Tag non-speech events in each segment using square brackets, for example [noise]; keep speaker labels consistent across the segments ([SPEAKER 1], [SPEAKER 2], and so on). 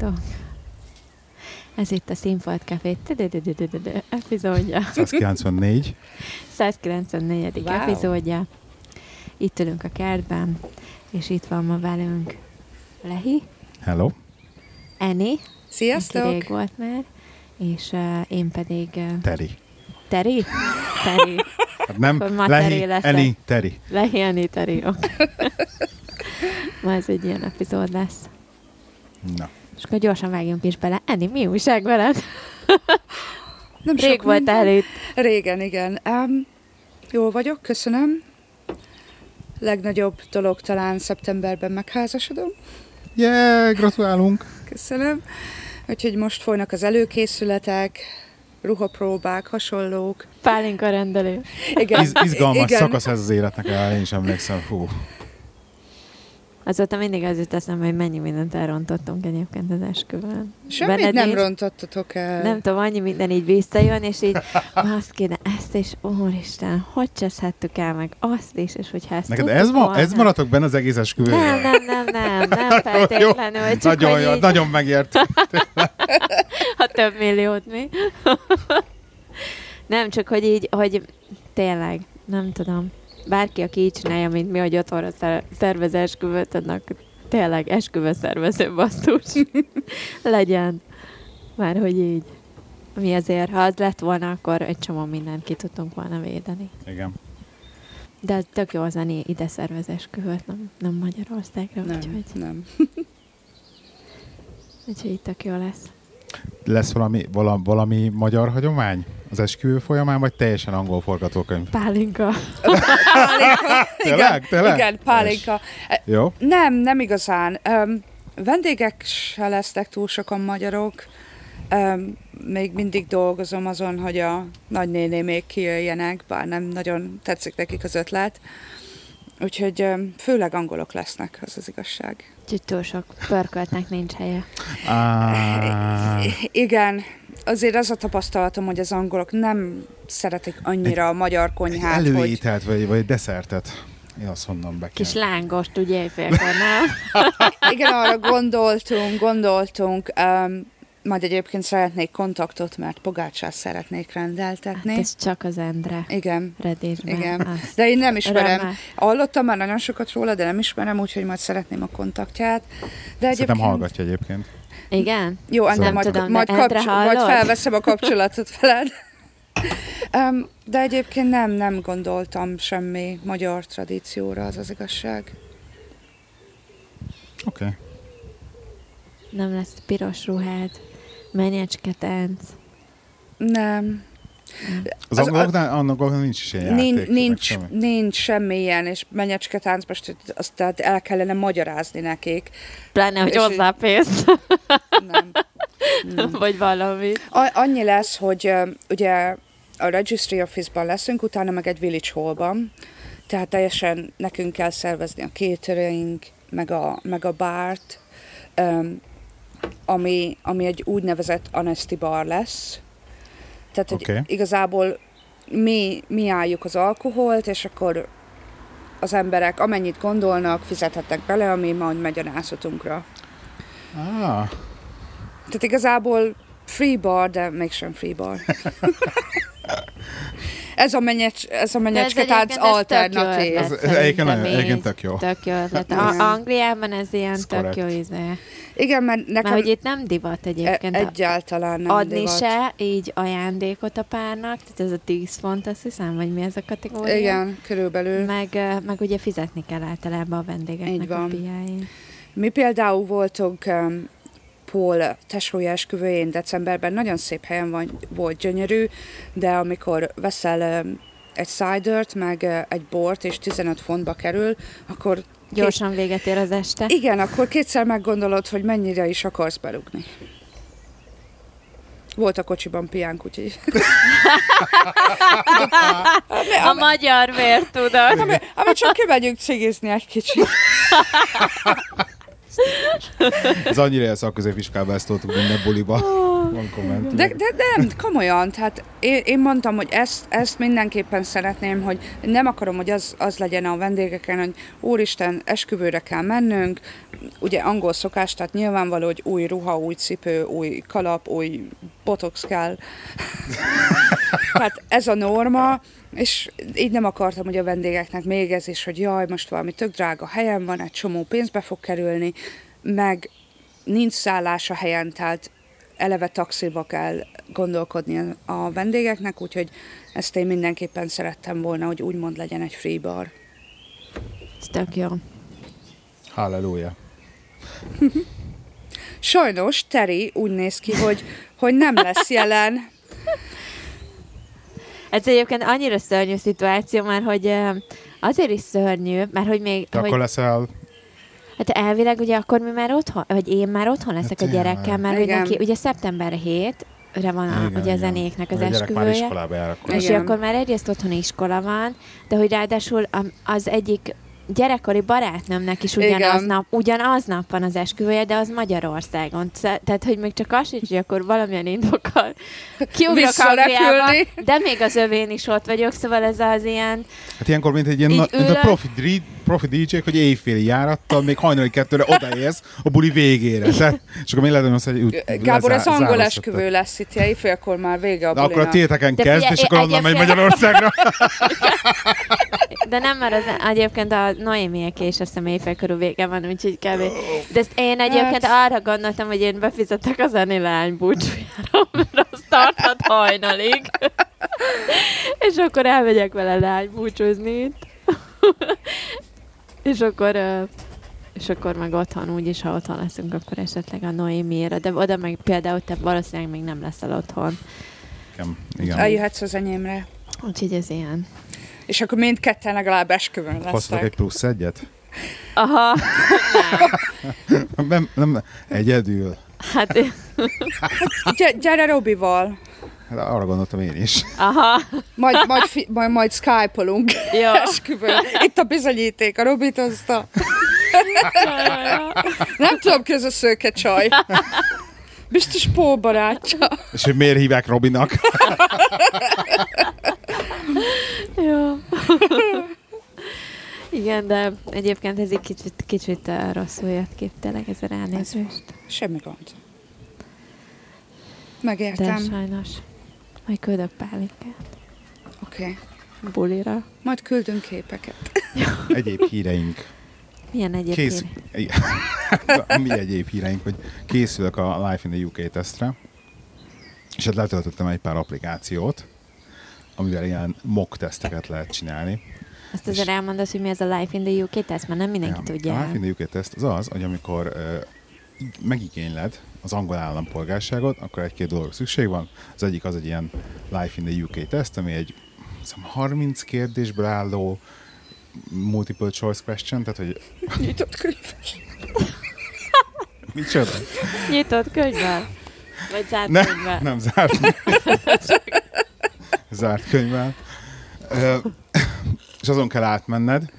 [SPEAKER 1] Jó. Ez itt a Színfolt Café tüdüdüdüdüdü epizódja,
[SPEAKER 2] 194.
[SPEAKER 1] 194.
[SPEAKER 3] Wow.
[SPEAKER 1] epizódja. Itt ülünk a kertben, és itt van ma velünk Lehi,
[SPEAKER 2] Hello.
[SPEAKER 1] Eni, aki
[SPEAKER 3] Sziasztok!
[SPEAKER 1] rég volt már, és uh, én pedig uh,
[SPEAKER 2] Teri.
[SPEAKER 1] Teri?
[SPEAKER 3] [laughs]
[SPEAKER 1] Teri.
[SPEAKER 2] Hát nem,
[SPEAKER 1] Akkor ma
[SPEAKER 2] Lehi,
[SPEAKER 1] Teri leszek.
[SPEAKER 2] Eli, Teri.
[SPEAKER 1] Lehi, Eni, Teri. jó. [laughs] Ma ez egy ilyen epizód lesz.
[SPEAKER 2] Na.
[SPEAKER 1] És akkor gyorsan vágjunk is bele. Eni, mi újság veled?
[SPEAKER 3] Nem
[SPEAKER 1] Rég volt
[SPEAKER 3] minden.
[SPEAKER 1] el itt.
[SPEAKER 3] Régen, igen. Um, jól vagyok, köszönöm. Legnagyobb dolog talán szeptemberben megházasodom.
[SPEAKER 2] Yeah, gratulálunk.
[SPEAKER 3] Köszönöm. Úgyhogy most folynak az előkészületek, ruhapróbák, hasonlók.
[SPEAKER 1] Pálinka rendelő.
[SPEAKER 3] Igen,
[SPEAKER 2] Iz, izgalmas
[SPEAKER 3] igen.
[SPEAKER 2] szakasz ez az életnek, á, én is emlékszem. Hú.
[SPEAKER 1] Azóta mindig az jut eszembe, hogy mennyi mindent elrontottunk egyébként az esküvőn.
[SPEAKER 3] Semmit
[SPEAKER 1] Benned
[SPEAKER 3] nem
[SPEAKER 1] nincs?
[SPEAKER 3] rontottatok el.
[SPEAKER 1] Nem tudom, annyi minden így visszajön, és így azt kéne ezt, és úristen, hogy cseszhettük el meg azt is, és hogyha ezt
[SPEAKER 2] Neked
[SPEAKER 1] tudtuk
[SPEAKER 2] ez, ma,
[SPEAKER 1] volna.
[SPEAKER 2] ez maradtok benne az egész esküvőről?
[SPEAKER 1] Nem, nem, nem, nem,
[SPEAKER 2] [laughs]
[SPEAKER 1] nem feltétlenül, csak
[SPEAKER 2] nagyon,
[SPEAKER 1] hogy
[SPEAKER 2] jó,
[SPEAKER 1] így,
[SPEAKER 2] nagyon
[SPEAKER 1] [laughs]
[SPEAKER 2] megért.
[SPEAKER 1] a több milliót mi. nem, csak hogy így, hogy tényleg, nem tudom. Bárki, aki így csinálja, mint mi, hogy otthonra szer- szervez esküvőt, annak tényleg esküvőszervező basszus [laughs] legyen. Már hogy így. Mi azért, ha az lett volna, akkor egy csomó mindent ki tudtunk volna védeni.
[SPEAKER 2] Igen.
[SPEAKER 1] De az tök jó az Ani ide szervez esküvőt, nem, nem Magyarországra, nem.
[SPEAKER 3] nem,
[SPEAKER 1] Úgyhogy,
[SPEAKER 3] nem.
[SPEAKER 1] úgyhogy tök jó lesz.
[SPEAKER 2] Lesz valami, valami, valami magyar hagyomány az esküvő folyamán, vagy teljesen angol forgatókönyv?
[SPEAKER 1] Pálinka.
[SPEAKER 3] Pálinka.
[SPEAKER 2] Tényleg? Tényleg?
[SPEAKER 3] igen, pálinka.
[SPEAKER 2] Jó?
[SPEAKER 3] Nem, nem igazán. Um, vendégek se lesznek túl sokan magyarok. Um, még mindig dolgozom azon, hogy a nagynénémék kijöjjenek, bár nem nagyon tetszik nekik az ötlet. Úgyhogy um, főleg angolok lesznek, az az igazság.
[SPEAKER 1] Úgyhogy túl sok pörköltnek nincs helye.
[SPEAKER 2] Á,
[SPEAKER 3] I- Igen, azért az a tapasztalatom, hogy az angolok nem szeretik annyira a magyar
[SPEAKER 2] egy
[SPEAKER 1] Hát,
[SPEAKER 3] konyhát, hogy...
[SPEAKER 2] előételt, vagy, vagy deszertet. Én azt mondom be
[SPEAKER 1] Kis
[SPEAKER 2] kell.
[SPEAKER 1] lángost, ugye, éjfélkor,
[SPEAKER 3] [laughs]
[SPEAKER 1] nem?
[SPEAKER 3] Igen, arra gondoltunk, gondoltunk. Um, majd egyébként szeretnék kontaktot, mert pogácsát szeretnék rendeltetni.
[SPEAKER 1] Hát ez csak az Endre.
[SPEAKER 3] Igen,
[SPEAKER 1] Redésben.
[SPEAKER 3] igen.
[SPEAKER 1] Azt.
[SPEAKER 3] De én nem ismerem.
[SPEAKER 1] Remel.
[SPEAKER 3] Hallottam már nagyon sokat róla, de nem ismerem, úgyhogy majd szeretném a kontaktját. De
[SPEAKER 2] Szerintem
[SPEAKER 3] egyébként...
[SPEAKER 2] hallgatja egyébként.
[SPEAKER 1] Igen?
[SPEAKER 3] Jó, Endre,
[SPEAKER 2] Nem
[SPEAKER 3] majd,
[SPEAKER 1] tudom, de
[SPEAKER 3] majd,
[SPEAKER 1] Endre
[SPEAKER 3] kapcs- majd
[SPEAKER 1] hallod?
[SPEAKER 3] felveszem a kapcsolatot veled. Um, de egyébként nem, nem gondoltam semmi magyar tradícióra, az az igazság.
[SPEAKER 2] Oké. Okay.
[SPEAKER 1] Nem lesz piros ruhád, menyecske tánc.
[SPEAKER 3] Nem.
[SPEAKER 2] Az,
[SPEAKER 3] Az-
[SPEAKER 2] az angoloknál, angoloknál nincs is ilyen
[SPEAKER 3] Nincs,
[SPEAKER 2] játék. meg
[SPEAKER 3] nincs,
[SPEAKER 2] semmi.
[SPEAKER 3] nincs semmilyen, és menyecske táncba, azt tehát el kellene magyarázni nekik.
[SPEAKER 1] Pláne, hogy
[SPEAKER 3] És így- Hmm.
[SPEAKER 1] hozzápész,
[SPEAKER 3] Nem.
[SPEAKER 1] [laughs] vagy valami.
[SPEAKER 3] A- annyi lesz, hogy ö, ugye a Registry Office-ban leszünk, utána meg egy Village Hall-ban, tehát teljesen nekünk kell szervezni a catering, meg a, meg a bárt, öm, ami, ami egy úgynevezett honesty bar lesz. Tehát, hogy
[SPEAKER 2] Oké.
[SPEAKER 3] okay. igazából mi, mi álljuk az alkoholt, és akkor az emberek amennyit gondolnak, fizethetnek bele, ami majd megy a nászotunkra.
[SPEAKER 2] Ah,
[SPEAKER 3] Tehát igazából free bar, de mégsem free
[SPEAKER 1] [laughs]
[SPEAKER 3] bar. ez a, menyecs, ez a menyecske tánc alternatív.
[SPEAKER 2] Ez- ez egyébként nagyon- egyébként tök jó.
[SPEAKER 1] Tök jó ötlet.
[SPEAKER 3] Oh. Hát Igen.
[SPEAKER 1] A- Angliában ez ilyen
[SPEAKER 2] Ez
[SPEAKER 1] tök
[SPEAKER 2] korrekt.
[SPEAKER 1] jó íze.
[SPEAKER 3] Igen, mert
[SPEAKER 1] Mert
[SPEAKER 3] nekem
[SPEAKER 1] hogy itt nem divat
[SPEAKER 3] e-
[SPEAKER 1] egyébként. a-
[SPEAKER 3] egyáltalán nem
[SPEAKER 1] adni
[SPEAKER 3] divat.
[SPEAKER 1] se, így ajándékot a párnak, tehát ez a 10 font, azt hiszem, vagy mi ez a kategória?
[SPEAKER 3] Igen, körülbelül.
[SPEAKER 1] Meg, eh, meg ugye fizetni kell általában a vendégeknek
[SPEAKER 3] Így
[SPEAKER 1] a
[SPEAKER 3] van.
[SPEAKER 1] piáin.
[SPEAKER 3] Mi például voltunk um, Paul tesója esküvőjén decemberben, nagyon szép helyen van, volt gyönyörű, de amikor veszel um, egy cidert, meg uh, egy bort, és 15 fontba kerül, akkor
[SPEAKER 1] Gyorsan véget ér az este.
[SPEAKER 3] Igen, akkor kétszer meggondolod, hogy mennyire is akarsz berúgni. Volt a kocsiban piánk, úgyhogy... [laughs]
[SPEAKER 1] A magyar vér tudod.
[SPEAKER 3] Ami, ami csak kimegyünk cigizni egy kicsit.
[SPEAKER 2] Ez annyira ilyen szakközépiskába ezt tudtuk minden buliba. Van komment.
[SPEAKER 3] De, de nem, komolyan, tehát én, én mondtam, hogy ezt, ezt mindenképpen szeretném, hogy nem akarom, hogy az, az legyen a vendégeken, hogy úristen, esküvőre kell mennünk, ugye angol szokás, tehát nyilvánvaló, hogy új ruha, új cipő, új kalap, új botox kell. tehát Hát ez a norma, és így nem akartam, hogy a vendégeknek még ez is, hogy jaj, most valami tök drága helyen van, egy csomó pénzbe fog kerülni, meg nincs szállás a helyen, tehát eleve taxiba kell gondolkodni a vendégeknek, úgyhogy ezt én mindenképpen szerettem volna, hogy úgymond legyen egy free bar.
[SPEAKER 1] Ez tök jó.
[SPEAKER 2] Halleluja.
[SPEAKER 3] Sajnos Teri úgy néz ki, hogy, hogy nem lesz jelen.
[SPEAKER 1] Ez egyébként annyira szörnyű szituáció már, hogy ö, azért is szörnyű, mert hogy még...
[SPEAKER 2] Te
[SPEAKER 1] hogy...
[SPEAKER 2] akkor leszel
[SPEAKER 1] Hát elvileg ugye akkor mi már otthon, vagy én már otthon leszek
[SPEAKER 2] Hát
[SPEAKER 1] a
[SPEAKER 2] igen.
[SPEAKER 1] gyerekkel, mert hogy
[SPEAKER 3] Igen.
[SPEAKER 1] neki, ugye szeptember 7 re van a, ugye a zenéknek az
[SPEAKER 2] A gyerek már
[SPEAKER 1] esküvője.
[SPEAKER 2] iskolába jár akkor.
[SPEAKER 1] És
[SPEAKER 3] Igen.
[SPEAKER 1] akkor már egyrészt otthon iskola van, de hogy ráadásul a- az egyik gyerekkori barátnőmnek is ugyanaz
[SPEAKER 3] Igen.
[SPEAKER 1] nap, ugyanaz nap van az esküvője, de az Magyarországon. Sze- Tehát, hogy még csak az sincs, hogy akkor valamilyen indokkal kiugrok Angliába,
[SPEAKER 3] Visszarepülni.
[SPEAKER 1] de még az övén is ott vagyok, szóval ez az ilyen,
[SPEAKER 2] Hát ilyenkor, mint egy ilyen
[SPEAKER 1] Így
[SPEAKER 2] na, mint a
[SPEAKER 1] ülök.
[SPEAKER 2] profi, dri, profi DJ-k, hogy éjféli járattal, még hajnali kettőre odaérsz a buli végére. Tehát, és akkor mi lehet, hogy azt, hogy úgy
[SPEAKER 3] Gábor,
[SPEAKER 2] lezá-
[SPEAKER 3] az angol
[SPEAKER 2] zároztatok.
[SPEAKER 3] esküvő lesz itt, ja, félkor már vége a
[SPEAKER 2] De akkor a
[SPEAKER 3] bulinak.
[SPEAKER 2] tiéteken
[SPEAKER 1] De
[SPEAKER 2] kezd,
[SPEAKER 1] figyelj,
[SPEAKER 2] és akkor
[SPEAKER 1] én
[SPEAKER 2] onnan megy
[SPEAKER 1] egyébként-
[SPEAKER 2] Magyarországra.
[SPEAKER 1] De nem, mert az, egyébként a Noémiek és a személyfel körül vége van, úgyhogy kb. De ezt én egyébként arra gondoltam, hogy én befizetek az Anilány búcsújára, mert az tarthat hajnalig. és akkor elmegyek vele lány búcsúzni itt. [laughs] és akkor... ö, és akkor meg otthon, úgyis, ha otthon leszünk, akkor esetleg a Noémiére. De oda meg például te valószínűleg még nem leszel otthon.
[SPEAKER 2] Igen, igen.
[SPEAKER 3] Eljöhetsz az enyémre.
[SPEAKER 1] Úgyhogy ez ilyen.
[SPEAKER 3] És akkor mindketten legalább esküvőn
[SPEAKER 2] Hoztak
[SPEAKER 3] lesznek.
[SPEAKER 2] egy plusz egyet?
[SPEAKER 1] Aha,
[SPEAKER 2] Nem, nem, egyedül.
[SPEAKER 1] hát...
[SPEAKER 3] Gy- gyere Robival,
[SPEAKER 2] Hát arra gondoltam én is.
[SPEAKER 1] Aha,
[SPEAKER 3] majd, majd, fi- majd, majd skype-olunk
[SPEAKER 1] jó.
[SPEAKER 3] esküvőn. Itt a bizonyíték, a Robit hozta. Nem tudom, ki az a szőke csaj. Biztos Pó barátja.
[SPEAKER 2] És hogy miért hívják Robinak?
[SPEAKER 1] Jó. [laughs] Igen, de egyébként ez egy kicsit, kicsit uh, rosszul jött ki, tényleg ez a ránézést.
[SPEAKER 3] Semmi gond.
[SPEAKER 1] De
[SPEAKER 3] Megértem.
[SPEAKER 1] sajnos. Majd küldök pálinkát
[SPEAKER 3] Oké. Okay.
[SPEAKER 1] bulira.
[SPEAKER 3] Majd küldünk képeket.
[SPEAKER 2] Egyéb híreink.
[SPEAKER 1] Milyen egyéb
[SPEAKER 2] Kész...
[SPEAKER 1] hír?
[SPEAKER 2] Igen. [laughs] Mi egyéb híreink, hogy készülök a Life in the UK tesztre, és hát letöltöttem egy pár applikációt, amivel ilyen mock teszteket lehet csinálni.
[SPEAKER 1] Azt azért elmondod, hogy mi ez a Life in the UK teszt, mert nem mindenki
[SPEAKER 2] Ja.
[SPEAKER 1] tudja.
[SPEAKER 2] A Life in the UK teszt az az, hogy amikor ö, így megigényled az angol állampolgárságot, akkor egy-két dolog szükség van. Az egyik az egy ilyen Life in the UK teszt, ami egy hiszem, 30 kérdésből álló multiple choice question, tehát hogy
[SPEAKER 3] Nyitott könyves.
[SPEAKER 2] micsoda?
[SPEAKER 1] Nyitott könyvvel? Vagy zárt
[SPEAKER 2] Ne,
[SPEAKER 1] könyvvel?
[SPEAKER 2] nem zárt. [laughs] zárt könyvvel. Ö, és azon kell átmenned,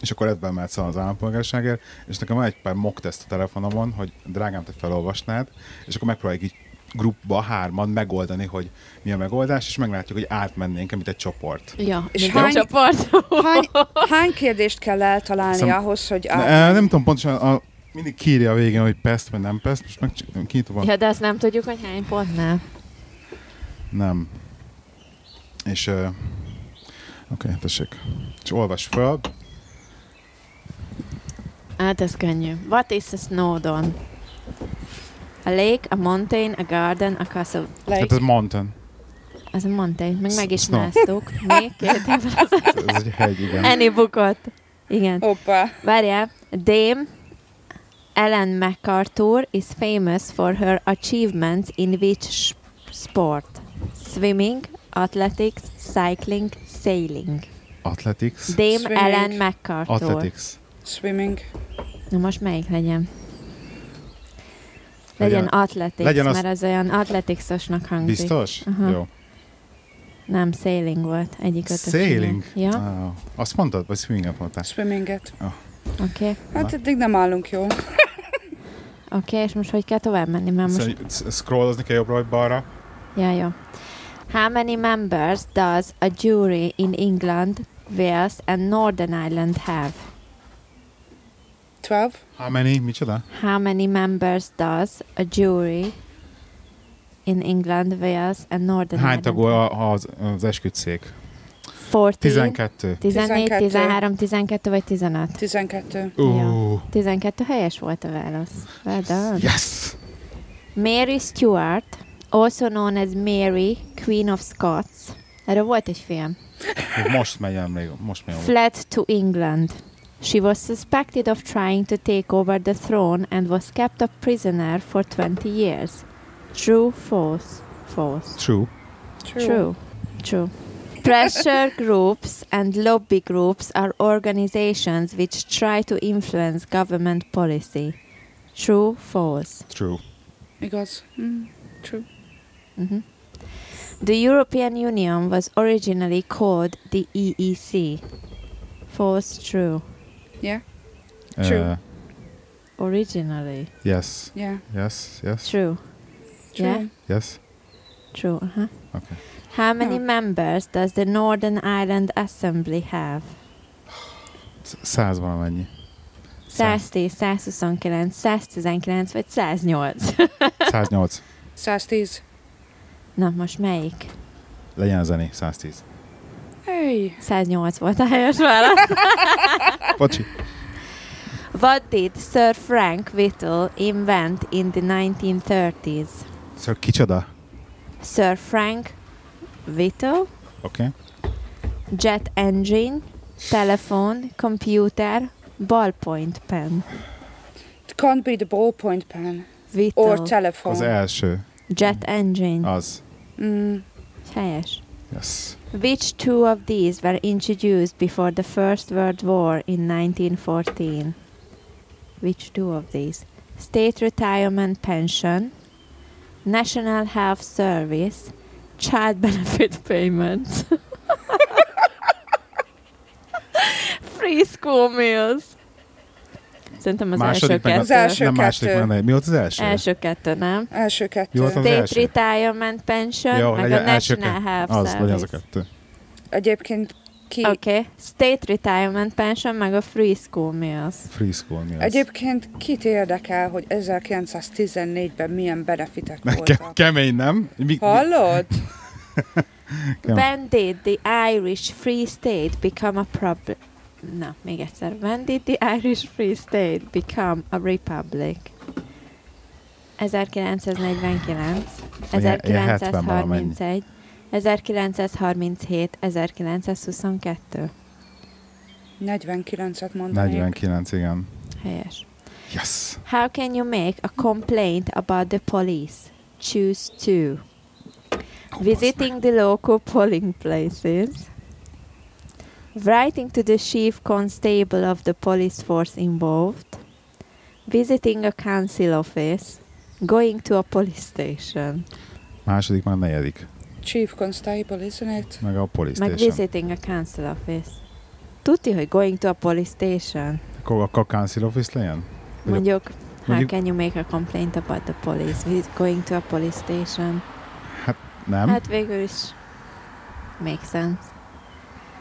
[SPEAKER 2] és akkor ebben mehetsz el az állampolgárságért, és nekem van egy pár mock teszt a telefonomon, hogy drágám, te felolvasnád, és akkor megpróbáljuk így grupba, hárman megoldani, hogy mi a megoldás, és meglátjuk, hogy átmennénk, mint egy csoport.
[SPEAKER 1] Ja,
[SPEAKER 3] És
[SPEAKER 1] mint a
[SPEAKER 3] hány-
[SPEAKER 1] csoport.
[SPEAKER 3] Hány, hány kérdést kell eltalálni
[SPEAKER 2] Szem-
[SPEAKER 3] ahhoz, hogy
[SPEAKER 2] Ne, Hát
[SPEAKER 3] át...
[SPEAKER 2] nem tudom pontosan, a, mindig kírja a végén, hogy pest vagy nem pest, most meg csak- kinyitom a
[SPEAKER 1] Ja, de azt nem tudjuk, hogy hány pontnál.
[SPEAKER 2] Nem. És ö, oké, okay, tessék. És olvas föl.
[SPEAKER 1] Hát ez könnyű. What is a Snowdon? A lake, a mountain, a garden, a castle.
[SPEAKER 2] Hát ez mountain.
[SPEAKER 1] Az a mountain, meg
[SPEAKER 2] S-
[SPEAKER 1] megismertük. Még két évvel az
[SPEAKER 2] Ez egy hegy, igen.
[SPEAKER 1] Annie bukott.
[SPEAKER 3] Oh.
[SPEAKER 1] Igen.
[SPEAKER 3] Opa.
[SPEAKER 1] Várjál. Dame Ellen MacArthur is famous for her achievements in which s- sport? Swimming, athletics, cycling, sailing.
[SPEAKER 2] Athletics.
[SPEAKER 1] Dame
[SPEAKER 3] Swimming.
[SPEAKER 1] Ellen MacArthur.
[SPEAKER 2] Athletics.
[SPEAKER 3] Swimming.
[SPEAKER 1] Na most melyik legyen?
[SPEAKER 2] Legyen-
[SPEAKER 1] Legyen atletik,
[SPEAKER 2] legyen az-
[SPEAKER 1] mert az olyan atletikszosnak hangzik.
[SPEAKER 2] Biztos?
[SPEAKER 1] Aha.
[SPEAKER 2] Jó.
[SPEAKER 1] Nem, sailing volt egyik ötösnél.
[SPEAKER 2] Sailing.
[SPEAKER 1] Ja.
[SPEAKER 2] Ah, azt mondtad, vagy swinget mondtál?
[SPEAKER 3] Swimminget.
[SPEAKER 1] Oké, okay.
[SPEAKER 3] Hát eddig nem állunk jól.
[SPEAKER 1] oké, okay, és most hogy kell tovább menni? Már most...
[SPEAKER 2] Szerint- Szóval, sz- Scrollozni kell jobbra vagy balra.
[SPEAKER 1] Ja, jó. How many members does a jury in England, Wales and Northern Ireland have?
[SPEAKER 3] 12?
[SPEAKER 2] How many? Micsoda?
[SPEAKER 1] How many members does a jury in England, Wales and Northern
[SPEAKER 2] Hány
[SPEAKER 1] Ireland?
[SPEAKER 2] tagú a- az, az esküdszék?
[SPEAKER 1] 14,
[SPEAKER 2] 12.
[SPEAKER 1] 14,
[SPEAKER 3] 12.
[SPEAKER 1] 13, 12 vagy 15?
[SPEAKER 3] 12.
[SPEAKER 2] Uh,
[SPEAKER 1] 12 helyes volt a válasz. Well done.
[SPEAKER 2] yes!
[SPEAKER 1] Mary Stuart, also known as Mary, Queen of Scots. Erről volt egy film.
[SPEAKER 2] Most megyem még, most megyem.
[SPEAKER 1] fled to England. She was suspected of trying to take over the throne and was kept a prisoner for 20 years. True, false, false.
[SPEAKER 2] True.
[SPEAKER 1] True, true. Pressure [laughs] groups and lobby groups are organizations which try to influence government policy. True, false.
[SPEAKER 2] True.
[SPEAKER 3] Igaz? Mm, true.
[SPEAKER 1] Mhm. The European Union was originally called the EEC. False, true.
[SPEAKER 3] Yeah? True.
[SPEAKER 2] Uh,
[SPEAKER 1] Originally.
[SPEAKER 2] yes.
[SPEAKER 3] Yeah.
[SPEAKER 2] Yes. Yes.
[SPEAKER 1] True.
[SPEAKER 3] True.
[SPEAKER 1] Yeah.
[SPEAKER 2] Yes.
[SPEAKER 1] True. Uh-huh.
[SPEAKER 2] Okay.
[SPEAKER 1] How many
[SPEAKER 3] Yeah.
[SPEAKER 1] members does the Northern Ireland Assembly have?
[SPEAKER 2] C- Száz valamennyi.
[SPEAKER 1] 110, 129, 119 vagy [laughs] 108?
[SPEAKER 2] 108.
[SPEAKER 3] 110.
[SPEAKER 1] Na, most melyik?
[SPEAKER 2] Legyen a zené, 110.
[SPEAKER 3] Hey!
[SPEAKER 1] 108 volt a helyes válasz.
[SPEAKER 2] Bocsi.
[SPEAKER 1] What did Sir Frank Whittle invent in the 1930s?
[SPEAKER 2] Szóval kicsoda?
[SPEAKER 1] Sir Frank Whittle,
[SPEAKER 2] Oké. Okay.
[SPEAKER 1] jet engine, telephone, computer, ballpoint pen.
[SPEAKER 3] It can't be the ballpoint pen. Or
[SPEAKER 1] Whittle,
[SPEAKER 2] Az
[SPEAKER 3] telephone.
[SPEAKER 2] első.
[SPEAKER 1] jet engine.
[SPEAKER 2] Az.
[SPEAKER 3] Mm,
[SPEAKER 1] Helyes.
[SPEAKER 2] Yes.
[SPEAKER 1] Which two of these were introduced before the First World War in 1914? Which two of these? State retirement pension, national health service, child [laughs] benefit payments, [laughs] free school meals. Szerintem az
[SPEAKER 2] Második meg
[SPEAKER 1] első
[SPEAKER 2] a-
[SPEAKER 1] kettő.
[SPEAKER 3] Az első
[SPEAKER 2] nem második
[SPEAKER 3] kettő.
[SPEAKER 2] meg a- Mi volt az első?
[SPEAKER 1] első kettő, nem?
[SPEAKER 3] első kettő.
[SPEAKER 2] Jó, hát az a-
[SPEAKER 1] State
[SPEAKER 2] első.
[SPEAKER 1] retirement pension,
[SPEAKER 2] Jó,
[SPEAKER 1] meg a
[SPEAKER 2] legyen első
[SPEAKER 1] national health
[SPEAKER 2] Az,
[SPEAKER 1] service.
[SPEAKER 2] legyen az a kettő.
[SPEAKER 3] Egyébként ki...
[SPEAKER 1] Oké, okay. state retirement pension, meg a free school meals.
[SPEAKER 2] Free school mi az?
[SPEAKER 3] Egyébként kit érdekel, hogy 1914-ben milyen benefitek
[SPEAKER 2] [laughs] Ke-
[SPEAKER 3] voltak?
[SPEAKER 2] kemény, nem? Mi, mi,
[SPEAKER 3] Hallod?
[SPEAKER 2] Ja.
[SPEAKER 1] When did the Irish Free State become a problem? Na, még egyszer. When did the Irish Free State become a republic? 1949,
[SPEAKER 2] Ilyen- ilyen 70 valamennyi.
[SPEAKER 1] 1931, 1937, 1922.
[SPEAKER 3] 49-et mondanék.
[SPEAKER 2] 49, igen.
[SPEAKER 1] Helyes.
[SPEAKER 2] Yes.
[SPEAKER 1] How can you make a complaint about the police? Choose two. Visiting the local polling places. Writing to the chief constable of the police force involved. Visiting a council office. Going to a police station.
[SPEAKER 2] Második, már negyedik.
[SPEAKER 3] Chief Constable, isn't it?
[SPEAKER 2] Meg a police
[SPEAKER 1] Meg
[SPEAKER 2] station.
[SPEAKER 1] visiting a council office. Tudti, hogy going to a police station.
[SPEAKER 2] Akkor akkor a council office legyen? Vagy a-
[SPEAKER 1] Mondjuk, how
[SPEAKER 2] mondjuk-
[SPEAKER 1] can you make a complaint about the police? Vis- Going to a police station.
[SPEAKER 2] Nem?
[SPEAKER 1] Hát végül is make sense.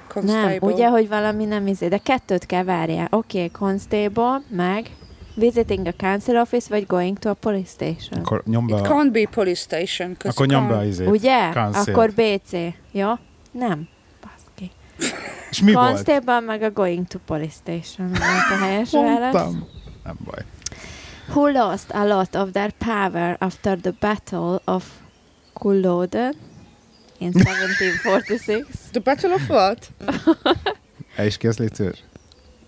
[SPEAKER 3] Constable.
[SPEAKER 1] Nem, ugye, hogy valami nem izé, de kettőt kell várjál. Oké, okay, constable, meg visiting a council office, vagy going to a police station.
[SPEAKER 2] Akkor nyomd be
[SPEAKER 3] It
[SPEAKER 2] a,
[SPEAKER 3] can't be police station. 'cause
[SPEAKER 2] akkor nyomd be a
[SPEAKER 3] can't-
[SPEAKER 2] izét.
[SPEAKER 1] Ugye?
[SPEAKER 2] Council.
[SPEAKER 1] Akkor BC, jó? Nem. Baszki.
[SPEAKER 2] És mi volt?
[SPEAKER 1] constable, meg a going to police station volt a helyes válasz.
[SPEAKER 2] Mondtam. Nem baj.
[SPEAKER 1] Who lost a lot of their power after the battle of Culloden in 1746?
[SPEAKER 3] The Battle of what?
[SPEAKER 2] El is kész légy szíves?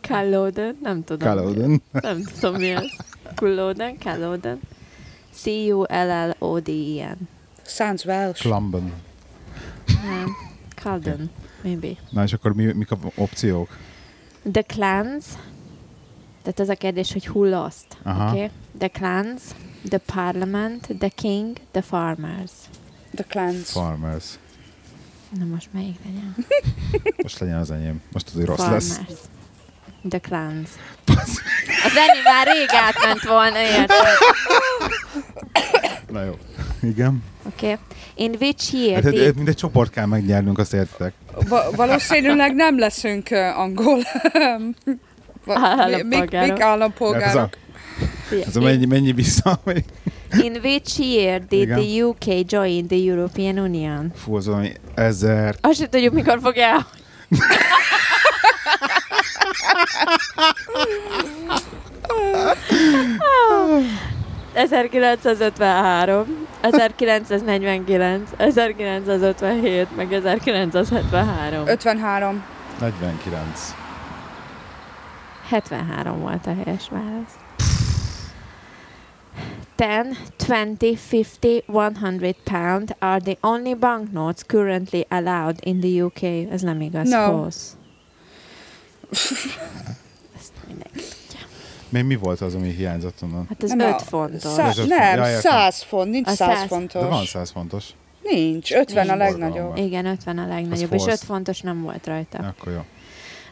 [SPEAKER 1] Culloden? Nem tudom.
[SPEAKER 2] Culloden.
[SPEAKER 1] Nem tudom mi az. Culloden, Culloden. C-U-L-L-O-D-I-N.
[SPEAKER 3] Sounds Welsh.
[SPEAKER 2] Clumben.
[SPEAKER 1] Nem. Culloden, maybe.
[SPEAKER 2] Na és akkor mi, mik a opciók?
[SPEAKER 1] The clans. Tehát az a kérdés, hogy who lost.
[SPEAKER 2] Aha.
[SPEAKER 1] Okay? The clans, the parliament, the king, the farmers.
[SPEAKER 3] The Clans.
[SPEAKER 2] Farmers.
[SPEAKER 1] Na most melyik legyen?
[SPEAKER 2] Most legyen az enyém. Most azért rossz
[SPEAKER 1] farmers.
[SPEAKER 2] lesz.
[SPEAKER 1] The clans.
[SPEAKER 2] bazd meg.
[SPEAKER 1] A zeni már rég átment volna, érted?
[SPEAKER 2] [laughs] Na jó. Igen.
[SPEAKER 1] Oké. Okay. In which year
[SPEAKER 2] Hát, hát,
[SPEAKER 1] did...
[SPEAKER 2] hát, mindegy csoport kell megnyernünk, azt értitek. Hát
[SPEAKER 3] Va- valószínűleg nem leszünk ö, angol [laughs] Va- mi-
[SPEAKER 1] Állampolgárok.
[SPEAKER 3] mik, mik
[SPEAKER 2] Hát ez a,
[SPEAKER 3] állampolgárok.
[SPEAKER 2] hát, ez a mennyi, mennyi vissza, [laughs] hogy
[SPEAKER 1] In which year did
[SPEAKER 2] Igen.
[SPEAKER 1] the UK join the European Union?
[SPEAKER 2] fú, az valami ezer.
[SPEAKER 1] Azt sem tudjuk, mikor fog el. Ah. 1953, 1949, 1957, meg 1973.
[SPEAKER 3] 53.
[SPEAKER 2] 49.
[SPEAKER 1] 73 volt a helyes válasz. 10, 20, 50, 100 pound are the only banknotes currently allowed in the UK. Ez nem igaz,
[SPEAKER 3] No.
[SPEAKER 1] false. Ezt mindenki.
[SPEAKER 2] Még mi volt az, ami hiányzott onnan?
[SPEAKER 1] Hát ez
[SPEAKER 3] Nem,
[SPEAKER 1] 5
[SPEAKER 3] a-
[SPEAKER 1] fontos.
[SPEAKER 2] szá-
[SPEAKER 3] Szá-
[SPEAKER 2] Ez öt-
[SPEAKER 3] nem,
[SPEAKER 2] ja, értem.
[SPEAKER 3] 100 font, nincs
[SPEAKER 1] A
[SPEAKER 3] 100
[SPEAKER 1] száz.
[SPEAKER 2] De van
[SPEAKER 3] fontos.
[SPEAKER 2] 100 fontos.
[SPEAKER 3] Nincs, 50 a
[SPEAKER 1] Nincs.
[SPEAKER 3] legnagyobb.
[SPEAKER 1] Igen, 50 a legnagyobb, és
[SPEAKER 2] false.
[SPEAKER 1] 5 fontos nem volt rajta.
[SPEAKER 2] Akkor jó.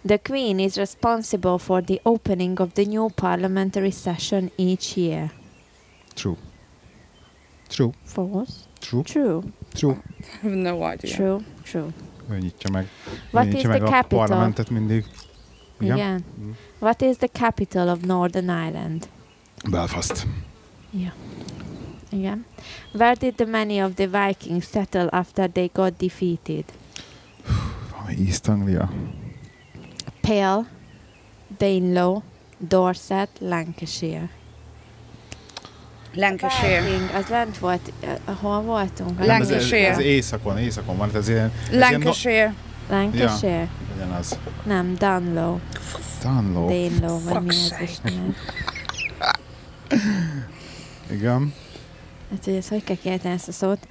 [SPEAKER 1] The Queen is responsible for the opening of the new parliamentary session each year.
[SPEAKER 2] True. True.
[SPEAKER 1] False?
[SPEAKER 2] True.
[SPEAKER 1] True,
[SPEAKER 2] True.
[SPEAKER 3] [laughs] No idea.
[SPEAKER 1] true, true.
[SPEAKER 2] Ő nyitja meg.
[SPEAKER 1] What
[SPEAKER 2] ő nyitja
[SPEAKER 1] is
[SPEAKER 2] meg
[SPEAKER 1] the
[SPEAKER 2] a
[SPEAKER 1] capital?
[SPEAKER 2] parlamentet mindig. Igen.
[SPEAKER 1] Igen.
[SPEAKER 2] Igen. Mm.
[SPEAKER 1] What is the capital of Northern Ireland?
[SPEAKER 2] Belfast.
[SPEAKER 1] Yeah. Igen. Where did the many of the Vikings settle after they got defeated?
[SPEAKER 2] Valami East Anglia.
[SPEAKER 1] Pale, Danelaw, Dorset, Lancashire.
[SPEAKER 3] Lancashire.
[SPEAKER 1] Viking, az lent volt, eh, hol voltunk?
[SPEAKER 2] Nem, ez-
[SPEAKER 3] Lancashire.
[SPEAKER 2] Ez, ez, északon, északon van. Tehát ez ilyen, ez ilyen
[SPEAKER 3] Lancashire.
[SPEAKER 1] Lancashire?
[SPEAKER 2] No, ugyanaz.
[SPEAKER 1] Nem, Dunlow,
[SPEAKER 2] Dunlop.
[SPEAKER 1] Danelaw, vagy mi
[SPEAKER 3] fuck's
[SPEAKER 1] az Istenem.
[SPEAKER 2] Igen.
[SPEAKER 1] Hát, hogy ezt hogy kell kiejteni ezt a szót?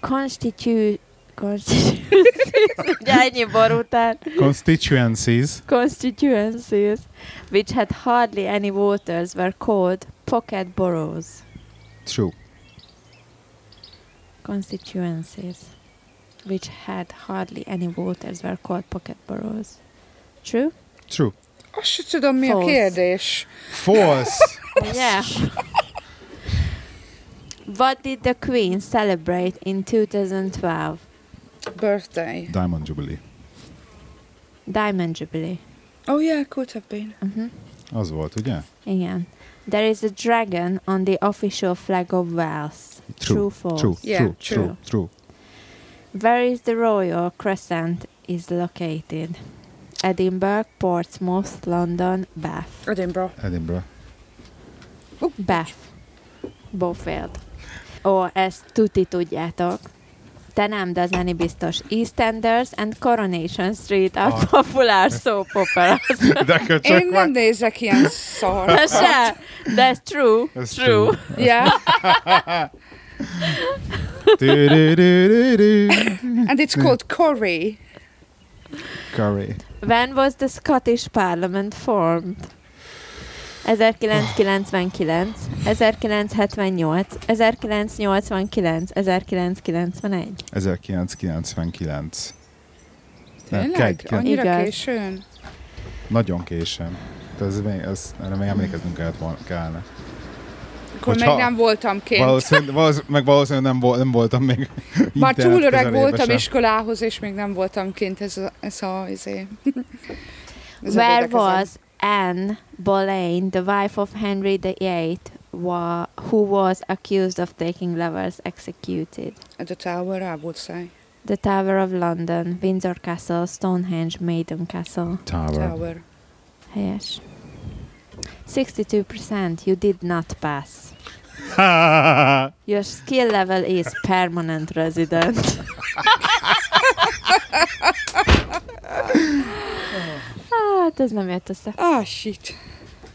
[SPEAKER 1] Constitu... Constitu... Ugye ennyi bor után.
[SPEAKER 2] Constituencies.
[SPEAKER 1] constituencies which had hardly any voters were called pocket boroughs.
[SPEAKER 2] True.
[SPEAKER 1] Constituencies which had hardly any voters were called pocket boroughs. True?
[SPEAKER 2] True.
[SPEAKER 3] Azt sem tudom, mi a
[SPEAKER 1] False.
[SPEAKER 3] kérdés.
[SPEAKER 2] False.
[SPEAKER 1] Yeah. what did the Queen celebrate in 2012?
[SPEAKER 3] Birthday.
[SPEAKER 2] Diamond Jubilee.
[SPEAKER 1] Diamond Jubilee.
[SPEAKER 3] Oh yeah, could have been.
[SPEAKER 1] Mhm.
[SPEAKER 2] Az volt, ugye?
[SPEAKER 1] Igen. There is a dragon on the official flag of Wales. True, false.
[SPEAKER 2] True.
[SPEAKER 3] Yeah,
[SPEAKER 2] true.
[SPEAKER 3] true.
[SPEAKER 2] True. True.
[SPEAKER 1] Where is the Royal Crescent is located? Edinburgh, Portsmouth, London, Bath.
[SPEAKER 3] Edinburgh.
[SPEAKER 2] Edinburgh.
[SPEAKER 1] Bath. Bofield. Ó, ezt tuti tudjátok. Te nem, de az Lenny biztos. EastEnders and Coronation Street are
[SPEAKER 2] Ah. [laughs]
[SPEAKER 1] popular soap operas.
[SPEAKER 2] De akkor csak
[SPEAKER 3] Én nem nézek ilyen
[SPEAKER 2] [laughs]
[SPEAKER 3] szar.
[SPEAKER 1] De [laughs] se, de ez true.
[SPEAKER 2] Ez
[SPEAKER 1] true.
[SPEAKER 2] true.
[SPEAKER 3] Yeah,
[SPEAKER 2] Tü-rü-rü-rü-rü.
[SPEAKER 3] and it's called Corrie.
[SPEAKER 2] Curry.
[SPEAKER 1] When was the Scottish Parliament formed? 1999, 1978, 1989, 1991.
[SPEAKER 2] 1999. Nem,
[SPEAKER 3] Tényleg?
[SPEAKER 2] kegy- kegy-
[SPEAKER 3] Annyira
[SPEAKER 1] Igaz.
[SPEAKER 3] későn?
[SPEAKER 2] Nagyon későn. Tehát Ez, még- ez, erre még emlékeznünk kellett volna, kellene.
[SPEAKER 3] Akkor
[SPEAKER 2] Hogyha-
[SPEAKER 3] még nem voltam kint.
[SPEAKER 2] Valószínűleg, valószínűleg, meg valószínűleg nem, vol, nem voltam még
[SPEAKER 3] Már
[SPEAKER 2] internet
[SPEAKER 3] túl öreg
[SPEAKER 2] közelébe
[SPEAKER 3] voltam
[SPEAKER 2] sem.
[SPEAKER 3] iskolához, és még nem voltam kint ez a... Ez a izé. [laughs] Ez a
[SPEAKER 1] Where
[SPEAKER 3] védekezem.
[SPEAKER 1] was Anne Boleyn, the wife of Henry VIII, wa- who was accused of taking lovers executed?
[SPEAKER 3] At the tower, I would say.
[SPEAKER 1] The Tower of London, Windsor Castle, Stonehenge, Maiden Castle.
[SPEAKER 2] Tower.
[SPEAKER 3] Tower.
[SPEAKER 1] Helyes. 62% you did not pass. Your skill level is permanent resident. Ah, Hát ez nem jött össze.
[SPEAKER 3] Ah, shit.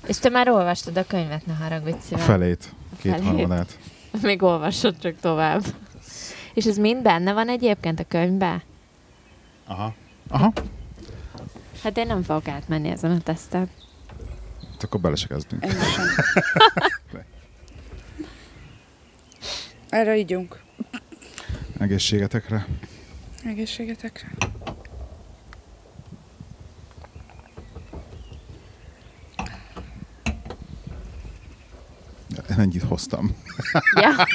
[SPEAKER 1] És te már olvastad a könyvet, ne haragudj
[SPEAKER 2] A
[SPEAKER 1] szívem.
[SPEAKER 2] felét. Két
[SPEAKER 1] Felét.
[SPEAKER 2] harmadát.
[SPEAKER 1] Még olvasod csak tovább. És ez mind benne van egyébként a könyvben?
[SPEAKER 2] Aha. Aha.
[SPEAKER 1] Hát én nem fogok átmenni ezen a teszten.
[SPEAKER 2] Hát akkor bele se kezdünk.
[SPEAKER 3] Ennyi
[SPEAKER 2] [laughs]
[SPEAKER 3] sem. Erre ígyunk.
[SPEAKER 2] Egészségetekre.
[SPEAKER 3] Egészségetekre.
[SPEAKER 2] én ennyit hoztam.
[SPEAKER 1] Ja,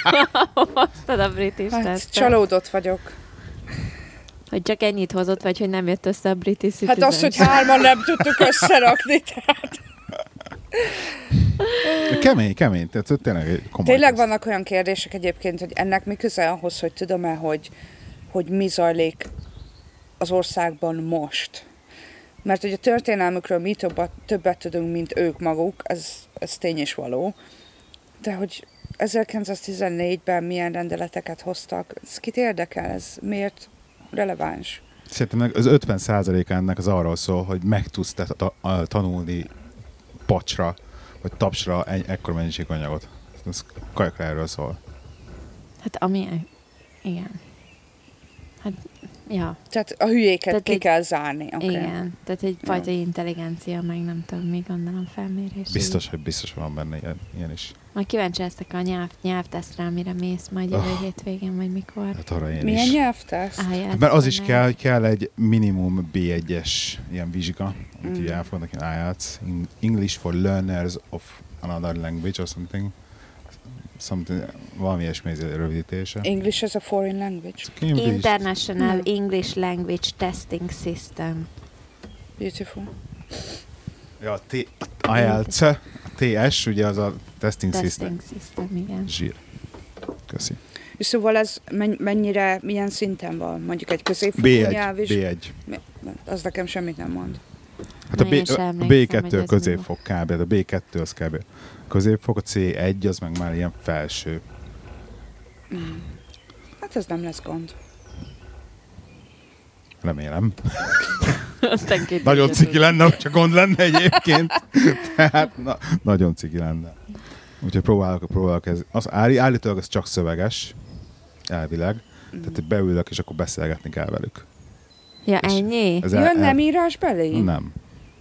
[SPEAKER 1] hoztad a british
[SPEAKER 3] Hát,
[SPEAKER 1] testet.
[SPEAKER 3] csalódott vagyok.
[SPEAKER 1] Hogy csak ennyit hozott, vagy hogy nem jött össze a british
[SPEAKER 3] Hát
[SPEAKER 1] citizen.
[SPEAKER 3] azt, hogy hárman nem tudtuk
[SPEAKER 1] [laughs]
[SPEAKER 3] összerakni. Tehát.
[SPEAKER 2] Kemény, kemény, tehát ez tényleg egy komoly.
[SPEAKER 3] Tényleg
[SPEAKER 2] teszt.
[SPEAKER 3] vannak olyan kérdések egyébként, hogy ennek mi köze ahhoz, hogy tudom-e, hogy, hogy mi zajlik az országban most. Mert hogy a történelmükről mi többet, többet tudunk, mint ők maguk, ez, ez tény és való. De hogy 1914-ben milyen rendeleteket hoztak, ez kit érdekel, ez miért releváns?
[SPEAKER 2] Szerintem az 50 a ennek az arról szól, hogy meg tudsz te ta- a- tanulni pacsra, vagy tapsra egy ekkor mennyiség anyagot. Ez kajakra erről szól.
[SPEAKER 1] Hát amilyen... Igen. Hát, ja,
[SPEAKER 3] Tehát a hülyéket
[SPEAKER 1] Tehát
[SPEAKER 3] Tehát ki
[SPEAKER 1] egy-
[SPEAKER 3] kell zárni.
[SPEAKER 1] okay. igen. Tehát egyfajta intelligencia, meg nem tudom, mi gondolom felmérés.
[SPEAKER 2] Biztos, hogy biztos van benne ilyen, ilyen is.
[SPEAKER 1] Majd kíváncsi leszek a nyelv, nyelvtesztre, amire mész majd jövő oh. hétvégén, vagy mikor.
[SPEAKER 2] Ah. Hát arra én
[SPEAKER 3] Milyen
[SPEAKER 2] is.
[SPEAKER 3] nyelvtesz?
[SPEAKER 1] IELTS
[SPEAKER 2] Hát Mert az is
[SPEAKER 1] meg.
[SPEAKER 2] kell, hogy kell egy minimum B1-es ilyen vizsga, amit mm. így elfogadnak, ilyen IELTS, in- English for Learners of Another Language or something. something valami ilyesmi ez a rövidítése.
[SPEAKER 3] English as a foreign language.
[SPEAKER 2] Cambridge.
[SPEAKER 1] International
[SPEAKER 3] Nem.
[SPEAKER 1] English Language Testing System.
[SPEAKER 3] Beautiful.
[SPEAKER 2] Ja, a T- IELTS, a TS, ugye az a testing, system.
[SPEAKER 1] Testing System,
[SPEAKER 3] [laughs]
[SPEAKER 1] igen.
[SPEAKER 2] Zsír. Köszi.
[SPEAKER 3] És szóval ez men- mennyire, milyen szinten van? Mondjuk egy középfokú
[SPEAKER 2] B1.
[SPEAKER 3] nyelv is?
[SPEAKER 2] B1.
[SPEAKER 3] Mi- Az nekem semmit nem mond.
[SPEAKER 2] Hát a,
[SPEAKER 1] Na,
[SPEAKER 2] B,
[SPEAKER 1] én sem
[SPEAKER 2] a
[SPEAKER 1] emlékszem, hogy
[SPEAKER 2] B2
[SPEAKER 1] ez
[SPEAKER 2] a középfok kb. Hát A B2 az kb. Középfok, a C1 az meg már ilyen felső.
[SPEAKER 3] Hát ez nem lesz gond.
[SPEAKER 2] Remélem.
[SPEAKER 1] Aztán két
[SPEAKER 2] Nagyon
[SPEAKER 1] ügyet
[SPEAKER 2] ciki lenne, hogyha gond lenne egyébként. Tehát na, nagyon ciki lenne. Úgyhogy próbálok, próbálok. Ez, az áll, állítólag ez csak szöveges, elvileg. Tehát hogy beülök, és akkor beszélgetni kell velük.
[SPEAKER 1] Ja,
[SPEAKER 2] És
[SPEAKER 1] ennyi?
[SPEAKER 2] Ez
[SPEAKER 3] Jön nem írás belé?
[SPEAKER 2] nem.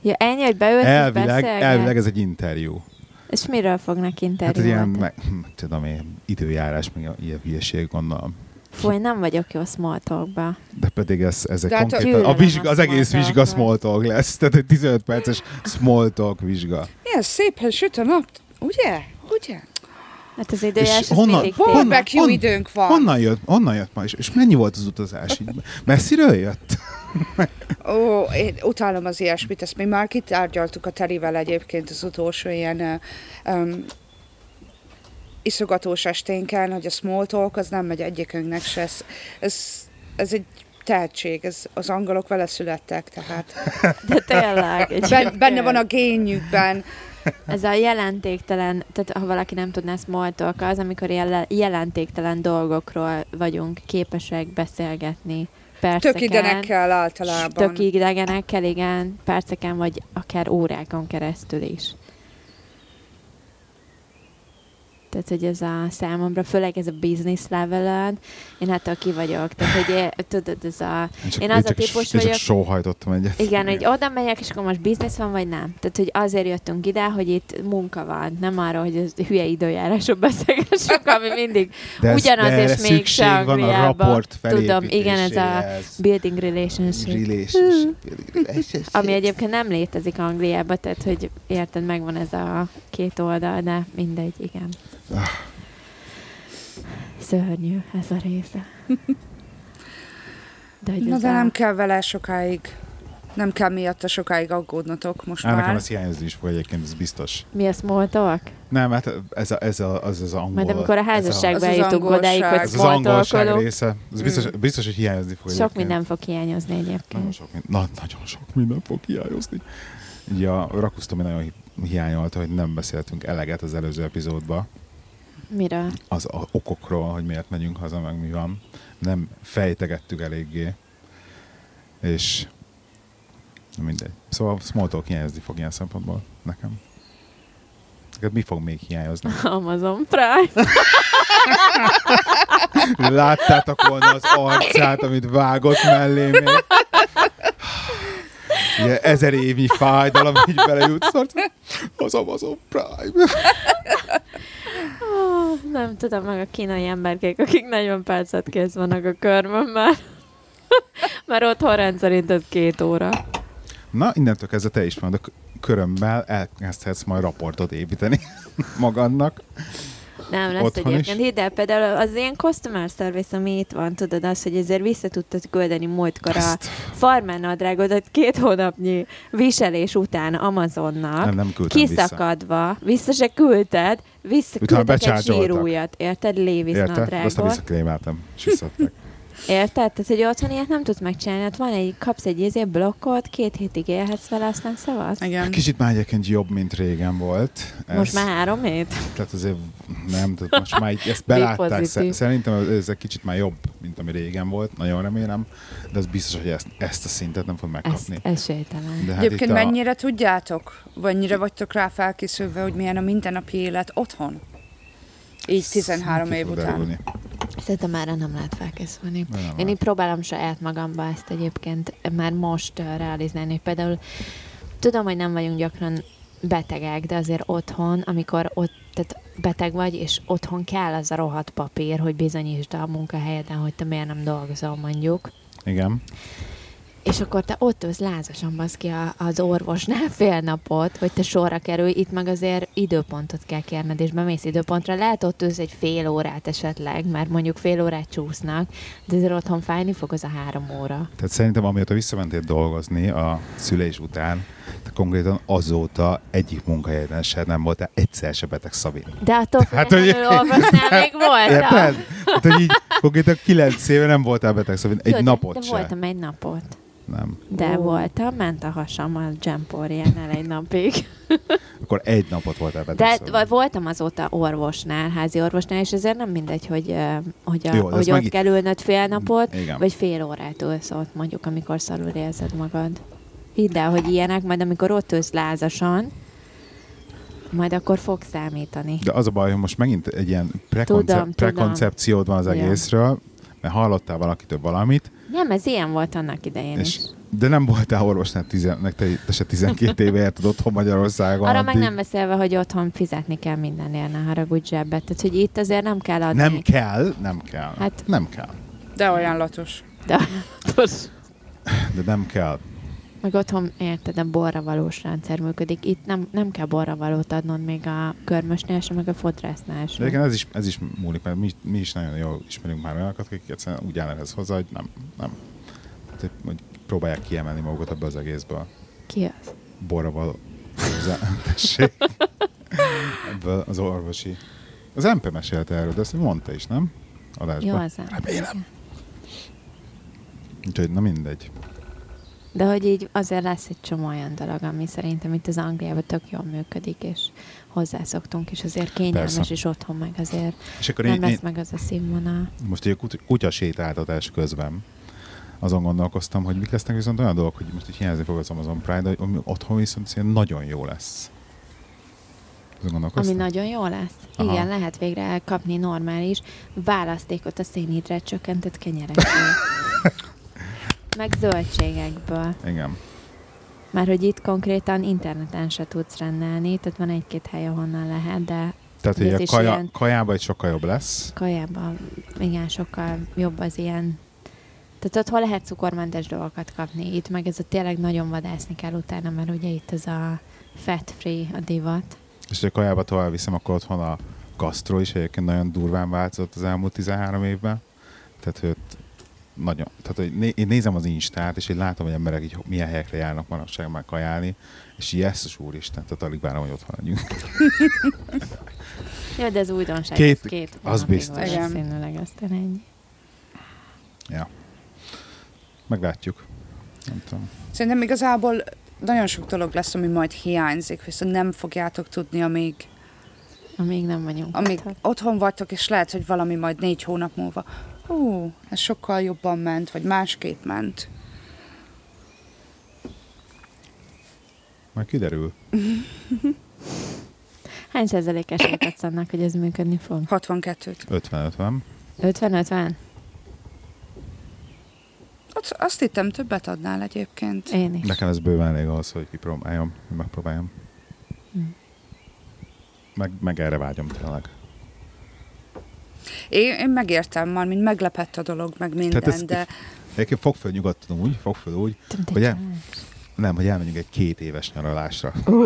[SPEAKER 1] Ja, ennyi, hogy beülsz
[SPEAKER 2] Elvileg,
[SPEAKER 1] és
[SPEAKER 2] elvileg
[SPEAKER 1] ez...
[SPEAKER 2] ez egy interjú.
[SPEAKER 1] És miről fognak
[SPEAKER 2] Hát ez ilyen,
[SPEAKER 1] interjúolni? Hát
[SPEAKER 2] meg, meg tudom én, időjárás, meg ilyen hülyeség, gondolom.
[SPEAKER 1] Fú, én nem vagyok jó small talkba.
[SPEAKER 2] De pedig ez, ez egy
[SPEAKER 3] De hát a-
[SPEAKER 2] konkrétan, a
[SPEAKER 1] Gyűlölöm
[SPEAKER 2] vizsga,
[SPEAKER 1] a
[SPEAKER 2] az egész
[SPEAKER 1] small
[SPEAKER 2] vizsga
[SPEAKER 1] talkot.
[SPEAKER 2] small talk lesz. Tehát egy 15 perces small talk vizsga.
[SPEAKER 3] Milyen szépen süt a nap, ugye? Ugye?
[SPEAKER 1] Hát az időjárás
[SPEAKER 2] És
[SPEAKER 1] az
[SPEAKER 2] honnan-
[SPEAKER 1] mindig
[SPEAKER 2] honnan-
[SPEAKER 1] téma.
[SPEAKER 3] Barbecue
[SPEAKER 2] hon-
[SPEAKER 3] időnk van.
[SPEAKER 2] Honnan jött, honnan jött ma is? És mennyi volt az utazás? Így Messziről jött?
[SPEAKER 3] Ó, én utálom az ilyesmit, ezt mi már kitárgyaltuk a Terivel egyébként az utolsó ilyen um, iszogatós esténken, hogy a small talk az nem megy egyikünknek se. Ez, ez, ez egy tehetség, ez, az angolok vele születtek, tehát
[SPEAKER 1] De
[SPEAKER 3] [laughs]
[SPEAKER 1] tényleg. egy
[SPEAKER 3] ben, benne van
[SPEAKER 1] ilyen-
[SPEAKER 3] a génjükben,
[SPEAKER 1] Ez a jelentéktelen, tehát ha valaki nem tudná small talk, az amikor jel- jelentéktelen dolgokról vagyunk képesek beszélgetni perceken.
[SPEAKER 3] Tök idegenekkel általában.
[SPEAKER 1] Tök idegenekkel, igen, perceken vagy akár órákon keresztül is. Tehát, hogy ez a számomra, főleg ez a business level én hát ki vagyok. Tehát, hogy én, tudod, ez a... Én az a
[SPEAKER 2] csak,
[SPEAKER 1] típus
[SPEAKER 2] én csak
[SPEAKER 1] vagyok,
[SPEAKER 2] sóhajtottam egyet.
[SPEAKER 1] igen, hogy oda megyek, és akkor most biznisz van, vagy nem. Tehát, hogy azért jöttünk ide, hogy itt munka van, nem arra, hogy ez hülye időjárásról beszélgessünk, ami mindig
[SPEAKER 2] De ez-
[SPEAKER 1] ugyanaz,
[SPEAKER 2] de erre
[SPEAKER 1] és még
[SPEAKER 2] szükség van a
[SPEAKER 1] Angliában.
[SPEAKER 2] raport
[SPEAKER 1] Tudom, igen, ez a
[SPEAKER 2] felépítéséhez.
[SPEAKER 1] building relationship,
[SPEAKER 2] Relationship.
[SPEAKER 1] ami egyébként nem létezik Angliában, tehát, hogy érted, megvan ez a két oldal, de mindegy, igen.
[SPEAKER 2] Ah.
[SPEAKER 1] Szörnyű ez a része. De, hogy
[SPEAKER 3] Na
[SPEAKER 1] ez
[SPEAKER 3] de
[SPEAKER 1] a-
[SPEAKER 3] nem kell vele sokáig, nem kell miatta sokáig aggódnotok most
[SPEAKER 2] Á,
[SPEAKER 3] már.
[SPEAKER 2] nekem ez hiányozni is fog egyébként, ez biztos.
[SPEAKER 1] Mi a small talk?
[SPEAKER 2] Nem, hát ez, a, ez a, az, az angol.
[SPEAKER 1] Majd amikor a
[SPEAKER 2] ez
[SPEAKER 1] házasságba
[SPEAKER 3] Az az
[SPEAKER 1] jutunk
[SPEAKER 3] angolság.
[SPEAKER 1] odáig, hogy
[SPEAKER 2] Ez az angolság
[SPEAKER 1] smoltolkodunk,
[SPEAKER 2] része. Ez biztos, biztos hogy hiányozni fog
[SPEAKER 1] Mm. sok
[SPEAKER 2] egyébként.
[SPEAKER 1] minden fog hiányozni
[SPEAKER 2] Nagyon
[SPEAKER 1] egyébként.
[SPEAKER 2] sok, minden, na, nagyon sok minden fog hiányozni. Ugye a Rakusztomi nagyon hi- hiányolta, hogy nem beszéltünk eleget az előző epizódban,
[SPEAKER 1] Mira?
[SPEAKER 2] az a okokról, hogy miért megyünk haza, meg mi van. Nem fejtegettük eléggé. És na mindegy. Szóval small talk hiányozni fog ilyen szempontból nekem. Neked mi fog még hiányozni?
[SPEAKER 1] Amazon [laughs] Prime.
[SPEAKER 2] Láttátok volna az arcát, amit vágott mellé még. Ugye, ezer évnyi fájdalom, így belejutsz, arcát. az Amazon Prime.
[SPEAKER 1] Ah, nem tudom, meg a kínai emberkék, akik 40 percet kész vannak a körmön már. [laughs] Mert otthon rendszerint ez két óra.
[SPEAKER 2] Na, innentől kezdve te is mondod, a k- körömmel elkezdhetsz majd raportot építeni [laughs] magadnak.
[SPEAKER 1] Nem, lesz
[SPEAKER 2] Otthon
[SPEAKER 1] Otthon egyébként.
[SPEAKER 2] is?
[SPEAKER 1] Hidd el, például az ilyen customer service, ami itt van, tudod, az, hogy ezért vissza tudtad küldeni múltkor a farmernadrágodat két hónapnyi viselés után Amazonnak.
[SPEAKER 2] Nem, nem küldtem vissza.
[SPEAKER 1] kiszakadva, vissza. vissza se küldted, visszaküldtek egy
[SPEAKER 2] becsárgyoltak.
[SPEAKER 1] zsírújat, érted, Lévis
[SPEAKER 2] Érted? Aztán
[SPEAKER 1] nadrágot,
[SPEAKER 2] visszakrémeltem, és
[SPEAKER 1] [laughs]
[SPEAKER 2] visszaadták.
[SPEAKER 1] érted? Tehát, hogy otthon ilyet nem tudsz megcsinálni, ott van egy, kapsz egy izé blokkot, két hétig élhetsz vele, aztán szavaz.
[SPEAKER 3] Igen.
[SPEAKER 2] Kicsit már egyébként jobb, mint régen volt. Ez,
[SPEAKER 1] Most már három hét?
[SPEAKER 2] Tehát azért nem, tehát most már így ezt belátták.
[SPEAKER 1] pozitív.
[SPEAKER 2] Szer- Szerintem ez egy kicsit már jobb, mint ami régen volt, nagyon remélem, de az biztos, hogy ezt, ezt a szintet nem fog
[SPEAKER 1] Ezt,
[SPEAKER 2] megkapni.
[SPEAKER 1] ez sételen.
[SPEAKER 2] De hát
[SPEAKER 3] Egyébként
[SPEAKER 2] itt a,
[SPEAKER 3] mennyire tudjátok, vagy mennyire vagytok rá felkészülve, hogy milyen a mindennapi élet otthon? Így 13
[SPEAKER 2] ki
[SPEAKER 3] év
[SPEAKER 2] fog
[SPEAKER 3] után.
[SPEAKER 2] derülni.
[SPEAKER 1] Szerintem már nem lehet felkészülni.
[SPEAKER 2] Nem
[SPEAKER 1] Én
[SPEAKER 2] lehet.
[SPEAKER 1] így próbálom saját magamba ezt egyébként már most eh, realizálni, hogy például tudom, hogy nem vagyunk gyakran betegek, de azért otthon, amikor ott tehát beteg vagy, és otthon kell az a rohadt papír, hogy bizonyítsd a munkahelyeden, hogy te miért nem dolgozol mondjuk.
[SPEAKER 2] Igen.
[SPEAKER 1] És akkor te ott ülsz lázasan basz ki a, az orvosnál fél napot, hogy te sorra kerülj, itt meg azért időpontot kell kérned, és bemész időpontra. Lehet ott ülsz egy fél órát esetleg, mert mondjuk fél órát csúsznak, de azért otthon fájni fog az a három óra.
[SPEAKER 2] Tehát szerintem amióta visszamentél dolgozni a szülés után, te konkrétan azóta egyik munkahelyeden se nem voltál egyszer se beteg Szabi.
[SPEAKER 1] De attól
[SPEAKER 2] Hát,
[SPEAKER 1] hát, hogy...
[SPEAKER 2] hogy- [laughs]
[SPEAKER 1] olvasnál, még voltam.
[SPEAKER 2] Érted? Hát, hogy így konkrétan kilenc éve nem voltál beteg Szabi, egy
[SPEAKER 1] Tudod,
[SPEAKER 2] napot
[SPEAKER 1] De
[SPEAKER 2] se.
[SPEAKER 1] voltam egy napot.
[SPEAKER 2] Nem.
[SPEAKER 1] De voltam, ment a hasam a Jamporiánál egy napig.
[SPEAKER 2] Akkor egy napot voltál beteg
[SPEAKER 1] De
[SPEAKER 2] Szabi.
[SPEAKER 1] vagy voltam azóta orvosnál, házi orvosnál, és ezért nem mindegy, hogy, ö, hogy, a,
[SPEAKER 2] Jó,
[SPEAKER 1] Jó,
[SPEAKER 2] de
[SPEAKER 1] hogy
[SPEAKER 2] ezt
[SPEAKER 1] ott
[SPEAKER 2] megint-
[SPEAKER 1] kell ülnöd fél napot,
[SPEAKER 2] Igen.
[SPEAKER 1] vagy fél órát ülsz ott, mondjuk, amikor szarul érzed magad. Hidd el, hogy ilyenek, majd amikor ott ülsz lázasan, majd akkor fog számítani.
[SPEAKER 2] De az a baj, hogy most megint egy ilyen prekonce-
[SPEAKER 1] Tudom, tudom.
[SPEAKER 2] prekoncepciód van az
[SPEAKER 1] Igen.
[SPEAKER 2] egészről, mert hallottál valakitől valamit,
[SPEAKER 1] Nem, ez ilyen volt annak idején
[SPEAKER 2] és,
[SPEAKER 1] is.
[SPEAKER 2] de nem voltál orvosnál, tizen, nek te, te se 12 éve érted otthon Magyarországon.
[SPEAKER 1] Arra meg
[SPEAKER 2] addig.
[SPEAKER 1] nem beszélve, hogy otthon fizetni kell mindenért, ne haragudj zsebbet. Tehát, hogy itt azért nem kell adni.
[SPEAKER 2] [laughs] nem kell, nem kell. Hát.
[SPEAKER 1] Hát-
[SPEAKER 2] Nem kell,
[SPEAKER 3] De ajánlatos.
[SPEAKER 1] De,
[SPEAKER 2] de nem kell.
[SPEAKER 1] Meg otthon, érted, a borra valós rendszer működik. Itt nem, nem kell borra valót adnod még a körmösnél sem, meg a fodrásznál
[SPEAKER 2] De
[SPEAKER 1] sem.
[SPEAKER 2] egyébként ez is, ez is múlik, mert mi, mi is nagyon jól ismerünk már olyanokat, akik egyszerűen úgy állnak ez hozzá, hogy nem, nem. Tehát, hogy- hogy próbálják kiemelni magukat ebből az egészből.
[SPEAKER 1] Ki az?
[SPEAKER 2] borra való.
[SPEAKER 1] [laughs]
[SPEAKER 2] Tessék. Ebből az orvosi. Az MP mesélte erről, de ezt mondta is, nem? Adásban.
[SPEAKER 1] Jó, az nem.
[SPEAKER 2] Remélem. Úgyhogy, na mindegy.
[SPEAKER 1] De hogy így azért lesz egy csomó olyan dolog, ami szerintem itt az Angliában tök jól működik, és hozzászoktunk, és azért kényelmes
[SPEAKER 2] Persze.
[SPEAKER 1] Persze. is otthon, meg azért
[SPEAKER 2] És akkor
[SPEAKER 1] nem
[SPEAKER 2] én, én
[SPEAKER 1] lesz meg az a színvonal.
[SPEAKER 2] most így a kut- kutyasétáltatás közben azon gondolkoztam, hogy mik lesznek viszont olyan dolgok, hogy most így hiányozni fog az Amazon Pride, de ami otthon viszont szerintem nagyon jó lesz. Azon
[SPEAKER 1] Ami
[SPEAKER 2] gondolkoztam?
[SPEAKER 1] nagyon jó lesz.
[SPEAKER 2] Aha.
[SPEAKER 1] Aha. Igen, lehet végre kapni normális választékot a szénhidrát csökkentett
[SPEAKER 2] [laughs]
[SPEAKER 1] kenyerekből. meg zöldségekből.
[SPEAKER 2] Igen.
[SPEAKER 1] Már hogy itt konkrétan interneten se tudsz rendelni, tehát van egy-két hely, ahonnan lehet, de
[SPEAKER 2] Tehát, hogy
[SPEAKER 1] Ez
[SPEAKER 2] a
[SPEAKER 1] is
[SPEAKER 2] kaja,
[SPEAKER 1] ilyen-
[SPEAKER 2] kajában egy sokkal jobb lesz.
[SPEAKER 1] kajában igen, sokkal jobb az ilyen. Tehát ott hol lehet cukormentes dolgokat kapni, itt meg ez a tényleg nagyon vadászni kell utána, mert ugye itt ez a fat free a divat.
[SPEAKER 2] És hogy a kajába tovább viszem, akkor otthon a gasztro is egyébként nagyon durván változott az elmúlt 13 évben. Tehát, hogy ott nagyon, tehát hogy né, én nézem az Instát, és én látom, hogy emberek így milyen helyekre járnak manapság már kajálni, és így jesszus úristen, tehát alig várom, hogy otthon legyünk.
[SPEAKER 1] Jó, de ez újdonság.
[SPEAKER 2] Két-
[SPEAKER 1] ez két
[SPEAKER 2] az
[SPEAKER 1] hónapig
[SPEAKER 2] biztos.
[SPEAKER 1] volt
[SPEAKER 3] Igen.
[SPEAKER 1] Valószínűleg aztán ennyi.
[SPEAKER 2] Ja. Meglátjuk. Nem tudom.
[SPEAKER 3] Szerintem igazából nagyon sok dolog lesz, ami majd hiányzik, viszont nem fogjátok tudni, amíg,
[SPEAKER 1] Amíg nem vagyunk.
[SPEAKER 3] amíg
[SPEAKER 1] otthon.
[SPEAKER 3] otthon vagytok, és lehet, hogy valami majd négy hónap múlva. Hú, ez sokkal jobban ment, vagy másképp ment.
[SPEAKER 2] Majd kiderül.
[SPEAKER 1] Hány százalék esélyt adsz annak, hogy ez működni fog?
[SPEAKER 3] 62-t.
[SPEAKER 2] 50-50.
[SPEAKER 1] 50-50?
[SPEAKER 3] Ott, azt hittem, többet adnál egyébként.
[SPEAKER 1] Én is.
[SPEAKER 2] Nekem ez bőven elég ahhoz, hogy kipróbáljam, hogy megpróbáljam.
[SPEAKER 1] Hm.
[SPEAKER 2] Meg, meg erre vágyom tényleg.
[SPEAKER 3] Én, én megértem már, mint meglepett a dolog, meg minden,
[SPEAKER 2] ez-
[SPEAKER 3] de
[SPEAKER 2] Egyébként fog föl nyugodtan úgy, fog föl úgy,
[SPEAKER 1] Tudom, te
[SPEAKER 2] Ugye?
[SPEAKER 1] csinálsz.
[SPEAKER 2] Nem, hogy elmegyünk egy két éves nyaralásra.
[SPEAKER 1] Ó,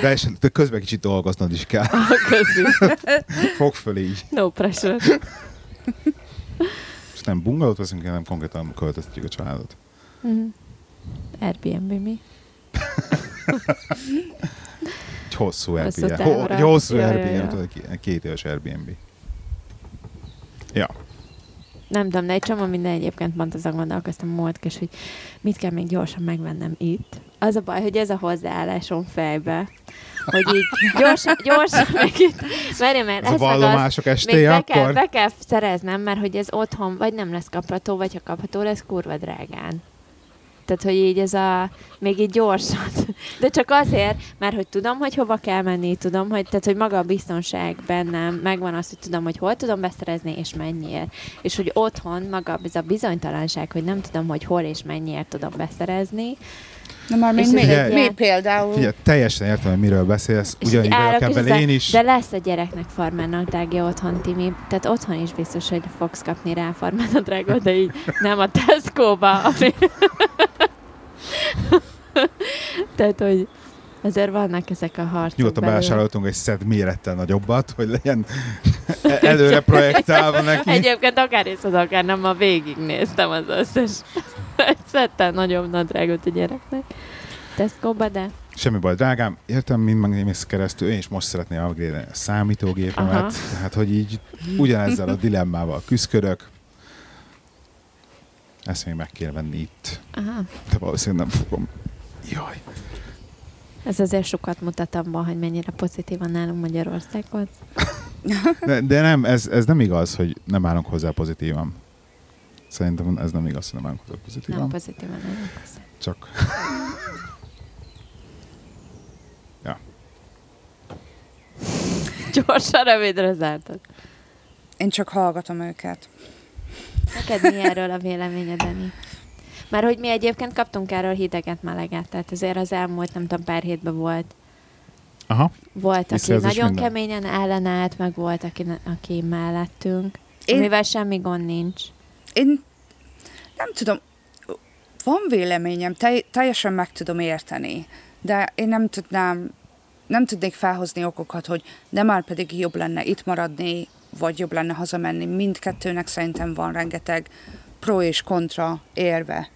[SPEAKER 2] De, és, de közben kicsit dolgoznod is kell.
[SPEAKER 1] [laughs] köszi.
[SPEAKER 2] Fog föl így.
[SPEAKER 1] No pressure.
[SPEAKER 2] És nem bungalót veszünk, hanem konkrétan költöztetjük a családot.
[SPEAKER 1] Mhm. Airbnb mi?
[SPEAKER 2] Egy hosszú
[SPEAKER 1] Hosszú
[SPEAKER 2] Airbnb.
[SPEAKER 1] távra.
[SPEAKER 2] Ho- Egy hosszú
[SPEAKER 1] Ja, ja, ja.
[SPEAKER 2] Airbnb, tudod, egy két éves Airbnb. Ja.
[SPEAKER 1] Nem tudom, de egy csomó minden egyébként pont azon gondolkoztam múltkor, hogy mit kell még gyorsan megvennem itt. Az a baj, hogy ez a hozzáállásom fejbe. Hogy így gyorsan, gyorsan meg itt. Várj, mert
[SPEAKER 2] Ez a
[SPEAKER 1] ez meg az,
[SPEAKER 2] vallomások
[SPEAKER 1] még
[SPEAKER 2] estéje
[SPEAKER 1] be kell,
[SPEAKER 2] akkor.
[SPEAKER 1] be kell szereznem, mert hogy ez otthon vagy nem lesz kapható, vagy ha kapható lesz, kurva drágán. Tehát, hogy így ez a, még így gyorsan. [laughs] De csak azért, mert hogy tudom, hogy hova kell menni, tudom, hogy, tehát, hogy maga a biztonság bennem, megvan az, hogy tudom, hogy hol tudom beszerezni, és mennyiért. És hogy otthon maga ez a bizonytalanság, hogy nem tudom, hogy hol és mennyiért tudom beszerezni.
[SPEAKER 3] Na már még
[SPEAKER 1] És ez
[SPEAKER 3] mi,
[SPEAKER 2] egy
[SPEAKER 3] mi
[SPEAKER 1] ilyen-
[SPEAKER 3] például?
[SPEAKER 2] Figyelj, teljesen értem, hogy miről beszélsz.
[SPEAKER 1] És így
[SPEAKER 2] Ugyanígy vagyok
[SPEAKER 1] állok, és
[SPEAKER 2] ebben
[SPEAKER 1] ez a-
[SPEAKER 2] én is.
[SPEAKER 1] De lesz a gyereknek farmának drágja otthon, Timi. Tehát otthon is biztos, hogy fogsz kapni rá farmának drágot, de így nem a Tesco-ba. Ami... [laughs] Tehát, hogy azért vannak ezek a harcok
[SPEAKER 2] Nyugodtan
[SPEAKER 1] belül.
[SPEAKER 2] bevásároltunk egy szed mérettel nagyobbat, hogy legyen e- előre projektálva
[SPEAKER 1] [laughs]
[SPEAKER 2] neki.
[SPEAKER 1] Egyébként akár is az, akár nem, ma végignéztem az összes. [laughs] Egy szettel nagyobb nadrágot a gyereknek. Tesco-ba, de
[SPEAKER 2] Semmi baj, drágám, értem, mind megnéz keresztül, én is most szeretném upgrade a számítógépemet,
[SPEAKER 1] Aha.
[SPEAKER 2] tehát hogy így ugyanezzel a dilemmával küzdködök. Ezt még meg kell venni itt,
[SPEAKER 1] aha,
[SPEAKER 2] de valószínűleg nem fogom. Jaj.
[SPEAKER 1] ez azért sokat mutat abban, hogy mennyire pozitívan nálunk Magyarországon.
[SPEAKER 2] De, de nem, ez, ez nem igaz, hogy nem állunk hozzá pozitívan. Szerintem ez nem igaz, hogy nem állunk hozzá pozitívan.
[SPEAKER 1] Nem pozitívan nálunk.
[SPEAKER 2] Csak. ja.
[SPEAKER 1] Gyorsan, rövidre zártad.
[SPEAKER 3] Én csak hallgatom őket.
[SPEAKER 1] Neked mi erről a véleményed, Dani? Mert hogy mi egyébként kaptunk erről hideget, meleget, tehát azért az elmúlt, nem tudom, pár hétben volt.
[SPEAKER 2] Aha.
[SPEAKER 1] Volt, aki
[SPEAKER 2] Visszajelzés
[SPEAKER 1] nagyon
[SPEAKER 2] minden.
[SPEAKER 1] keményen ellenállt, meg volt, aki, aki mellettünk.
[SPEAKER 3] Én-
[SPEAKER 1] Én... Amivel semmi gond nincs.
[SPEAKER 3] Én nem tudom, van véleményem, te, teljesen meg tudom érteni, de én nem tudnám, nem tudnék felhozni okokat, hogy de már pedig jobb lenne itt maradni, vagy jobb lenne hazamenni. Mindkettőnek szerintem van rengeteg pro és kontra érve.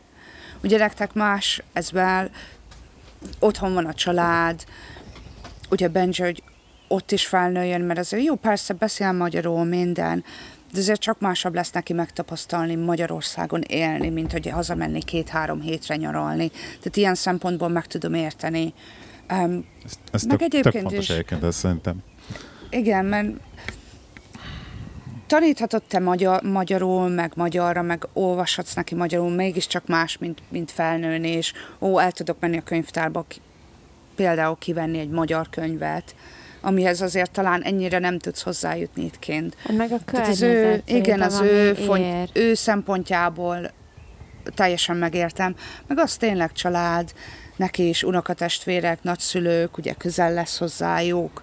[SPEAKER 3] Ugye nektek más ezzel, otthon van a család, ugye Benji, hogy ott is felnőjön, mert azért jó, persze beszél magyarul minden, de azért csak másabb lesz neki megtapasztalni Magyarországon élni, mint hogy hazamenni két-három hétre nyaralni. Tehát ilyen szempontból meg tudom érteni. Um,
[SPEAKER 2] Ez, ez
[SPEAKER 3] Meg
[SPEAKER 2] tök, tök
[SPEAKER 3] egyébként
[SPEAKER 2] fontos
[SPEAKER 3] is.
[SPEAKER 2] egyébként, ez szerintem.
[SPEAKER 3] igen, mert taníthatod te magyar, magyarul, meg magyarra, meg olvashatsz neki magyarul, mégiscsak más, mint, mint felnőni, és ó, el tudok menni a könyvtárba ki, például kivenni egy magyar könyvet, amihez azért talán ennyire nem tudsz hozzájutni itt kint.
[SPEAKER 1] Hát meg a
[SPEAKER 3] Tehát az
[SPEAKER 1] környezet.
[SPEAKER 3] ő, igen,
[SPEAKER 1] szerintem,
[SPEAKER 3] az
[SPEAKER 1] ami
[SPEAKER 3] ő,
[SPEAKER 1] ér.
[SPEAKER 3] font, ő szempontjából teljesen megértem. Meg az tényleg család, neki is unokatestvérek, nagyszülők, ugye közel lesz hozzájuk.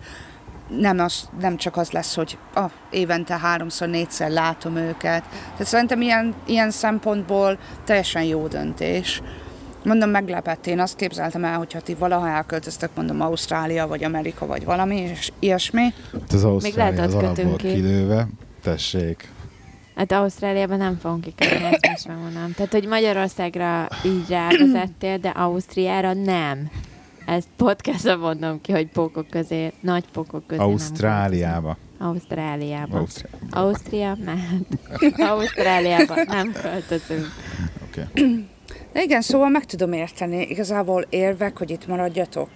[SPEAKER 3] Nem, az, nem csak az lesz, hogy ah, évente háromszor, négyszer látom őket. Tehát szerintem ilyen, ilyen szempontból teljesen jó döntés. Mondom, meglepett. Én azt képzeltem el, hogyha ti valaha elköltöztök, mondom, Ausztrália, vagy Amerika, vagy valami, és ilyesmi.
[SPEAKER 2] Hát az Ausztrália
[SPEAKER 1] lehet,
[SPEAKER 2] az
[SPEAKER 1] ott
[SPEAKER 2] alapból
[SPEAKER 1] kötünk ki.
[SPEAKER 2] kilőve. Tessék.
[SPEAKER 1] Hát Ausztráliában nem fogunk kikerülni, ezt most megmondom. Tehát, hogy Magyarországra így rávezettél, de Ausztriára nem. Ezt podcastra mondom ki, hogy pókok közé, nagy pókok közé. nem
[SPEAKER 2] Ausztráliába.
[SPEAKER 1] költözünk. Ausztráliában.
[SPEAKER 2] Ausztráliába.
[SPEAKER 1] Ausztria mehet. [laughs] Ausztráliában nem költözünk.
[SPEAKER 2] Oké.
[SPEAKER 3] De igen, szóval meg tudom érteni. Igazából érvek, hogy itt maradjatok.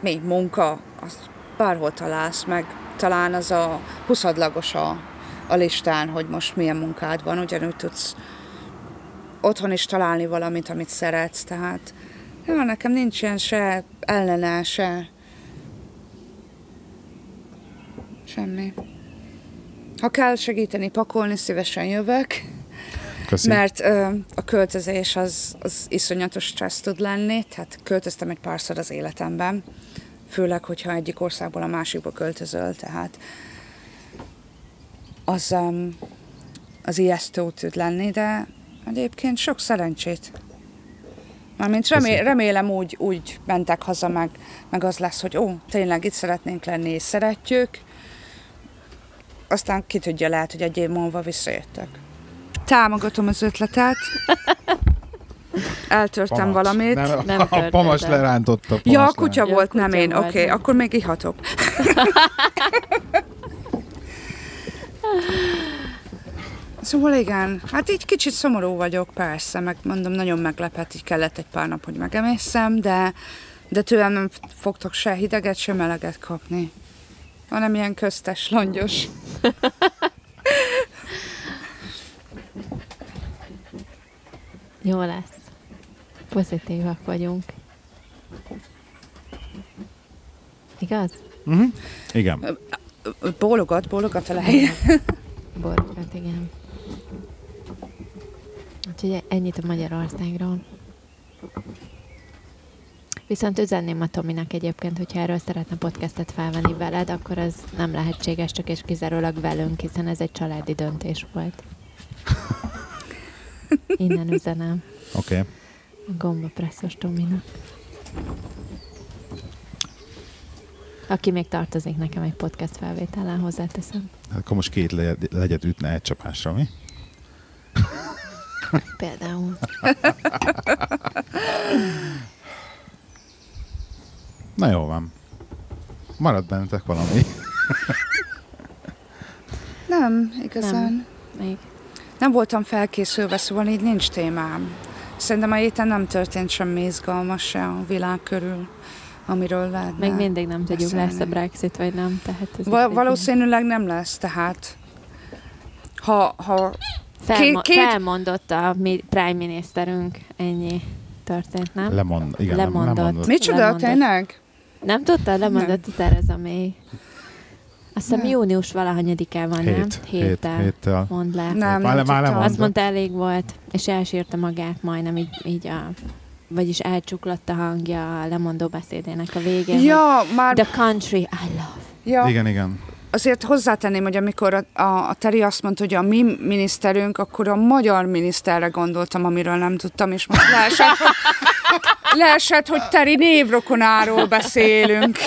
[SPEAKER 3] Még munka, azt bárhol találsz, meg talán az a huszadlagos a, a listán, hogy most milyen munkád van, ugyanúgy tudsz otthon is találni valamit, amit szeretsz, tehát nem, van, nekem nincsen se ellene, se semmi. Ha kell segíteni, pakolni, szívesen jövök.
[SPEAKER 2] Köszi.
[SPEAKER 3] Mert ö, a költözés az, az iszonyatos stressz tud lenni, tehát költöztem egy párszor az életemben, főleg, hogyha egyik országból a másikba költözöl, tehát az, um, az ijesztő tud lenni, de egyébként sok szerencsét Mármint remé-
[SPEAKER 2] Köszönöm.
[SPEAKER 3] remélem úgy, úgy mentek haza, meg, meg az lesz, hogy ó, tényleg itt szeretnénk lenni, és szeretjük. Aztán ki tudja, lehet, hogy egy év múlva visszajöttek. Támogatom az ötletet. Eltörtem
[SPEAKER 2] Pamacs.
[SPEAKER 3] valamit.
[SPEAKER 2] Nem,
[SPEAKER 1] Nem
[SPEAKER 2] a
[SPEAKER 1] törted
[SPEAKER 2] pamacs
[SPEAKER 1] el.
[SPEAKER 2] lerántotta. pamacs
[SPEAKER 3] Ja, a
[SPEAKER 2] lerántotta.
[SPEAKER 3] kutya
[SPEAKER 1] Ja,
[SPEAKER 3] volt,
[SPEAKER 1] kutya
[SPEAKER 3] nem én.
[SPEAKER 1] volt,
[SPEAKER 3] Oké, okay,
[SPEAKER 1] nem.
[SPEAKER 3] akkor még ihatok. [laughs] Szóval igen, hát így kicsit szomorú vagyok, persze, meg mondom, nagyon meglepett, így kellett egy pár nap, hogy megemészem, de, de tőlem nem fogtok se hideget, se meleget kapni, hanem ilyen köztes, langyos.
[SPEAKER 1] Jó lesz. Pozitívak vagyunk. Igaz?
[SPEAKER 2] Igen.
[SPEAKER 3] Bólogat, bólogat a lehely.
[SPEAKER 1] Borokat, hát igen. Úgyhogy ennyit a Magyarországról. Viszont üzenném a Tominak egyébként, hogyha erről szeretne podcastet felvenni veled, akkor ez nem lehetséges, csak és kizárólag velünk, hiszen ez egy családi döntés volt. Innen üzenem
[SPEAKER 2] Oké. Okay.
[SPEAKER 1] a gombapresszos Tominak. Aki még tartozik nekem egy podcast felvételen, hozzáteszem.
[SPEAKER 2] Hát akkor most két legyet, legyet ütne egy csapásra, mi?
[SPEAKER 1] Például.
[SPEAKER 2] Na jó van. Marad bennetek valami.
[SPEAKER 3] Nem, igazán.
[SPEAKER 1] Nem.
[SPEAKER 3] Nem.
[SPEAKER 1] Még.
[SPEAKER 3] Nem voltam felkészülve, szóval így nincs témám. Szerintem a héten nem történt semmi izgalmas se a világ körül, amiről lehetne.
[SPEAKER 1] Még mindig nem tudjuk,
[SPEAKER 3] Beszélni.
[SPEAKER 1] lesz a Brexit, vagy nem. Tehát ez
[SPEAKER 3] Val-
[SPEAKER 1] így-
[SPEAKER 3] valószínűleg nem lesz, tehát ha, ha
[SPEAKER 1] Felmo-
[SPEAKER 3] két- két-
[SPEAKER 1] Felmondott a mi- prime miniszterünk, ennyi történt, nem?
[SPEAKER 2] Lemond, igen, nem-
[SPEAKER 1] Lemondott.
[SPEAKER 2] lemondott.
[SPEAKER 3] micsoda,
[SPEAKER 1] Lemondott.
[SPEAKER 3] tényleg?
[SPEAKER 1] Nem tudta? Lemondott a Tereza May. Azt hiszem
[SPEAKER 3] Nem.
[SPEAKER 1] június valahanyadikán van, nem?
[SPEAKER 2] Hét. Hét.
[SPEAKER 1] Héttel.
[SPEAKER 2] Héttel.
[SPEAKER 1] Mondd le.
[SPEAKER 3] Nem,
[SPEAKER 2] Már-
[SPEAKER 3] nem
[SPEAKER 2] már
[SPEAKER 3] tudtam.
[SPEAKER 2] lemond.
[SPEAKER 1] Azt mondta, elég volt, és elsírta magát majdnem, így, így a, vagyis elcsuklott a hangja a lemondó beszédének a végén.
[SPEAKER 3] Ja,
[SPEAKER 1] hogy
[SPEAKER 3] már,
[SPEAKER 1] The country I love.
[SPEAKER 3] ja.
[SPEAKER 2] Igen, igen.
[SPEAKER 3] Azért hozzátenném, hogy amikor a, a, a Teri azt mondta, hogy a mi miniszterünk, akkor a magyar miniszterre gondoltam, amiről nem tudtam, és most leesett, hogy,
[SPEAKER 1] [laughs]
[SPEAKER 3] leesett, hogy Teri névrokonáról beszélünk.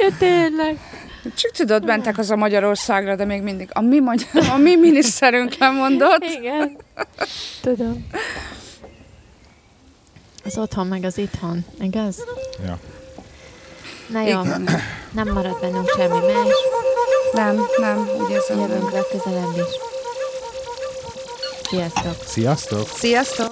[SPEAKER 1] Ja, tényleg.
[SPEAKER 3] Csak tudod, mentek az a Magyarországra, de még mindig a mi, magyar, a mi miniszterünk lemondott.
[SPEAKER 1] Igen. Tudom. Az otthon meg az itthon, igaz?
[SPEAKER 2] Ja.
[SPEAKER 1] Na jó,
[SPEAKER 3] Igen.
[SPEAKER 1] nem marad bennünk semmi más.
[SPEAKER 3] Nem, nem, úgy érzem, nem.
[SPEAKER 1] Jövünk legközelebb is. Sziasztok!
[SPEAKER 2] Sziasztok!
[SPEAKER 3] Sziasztok!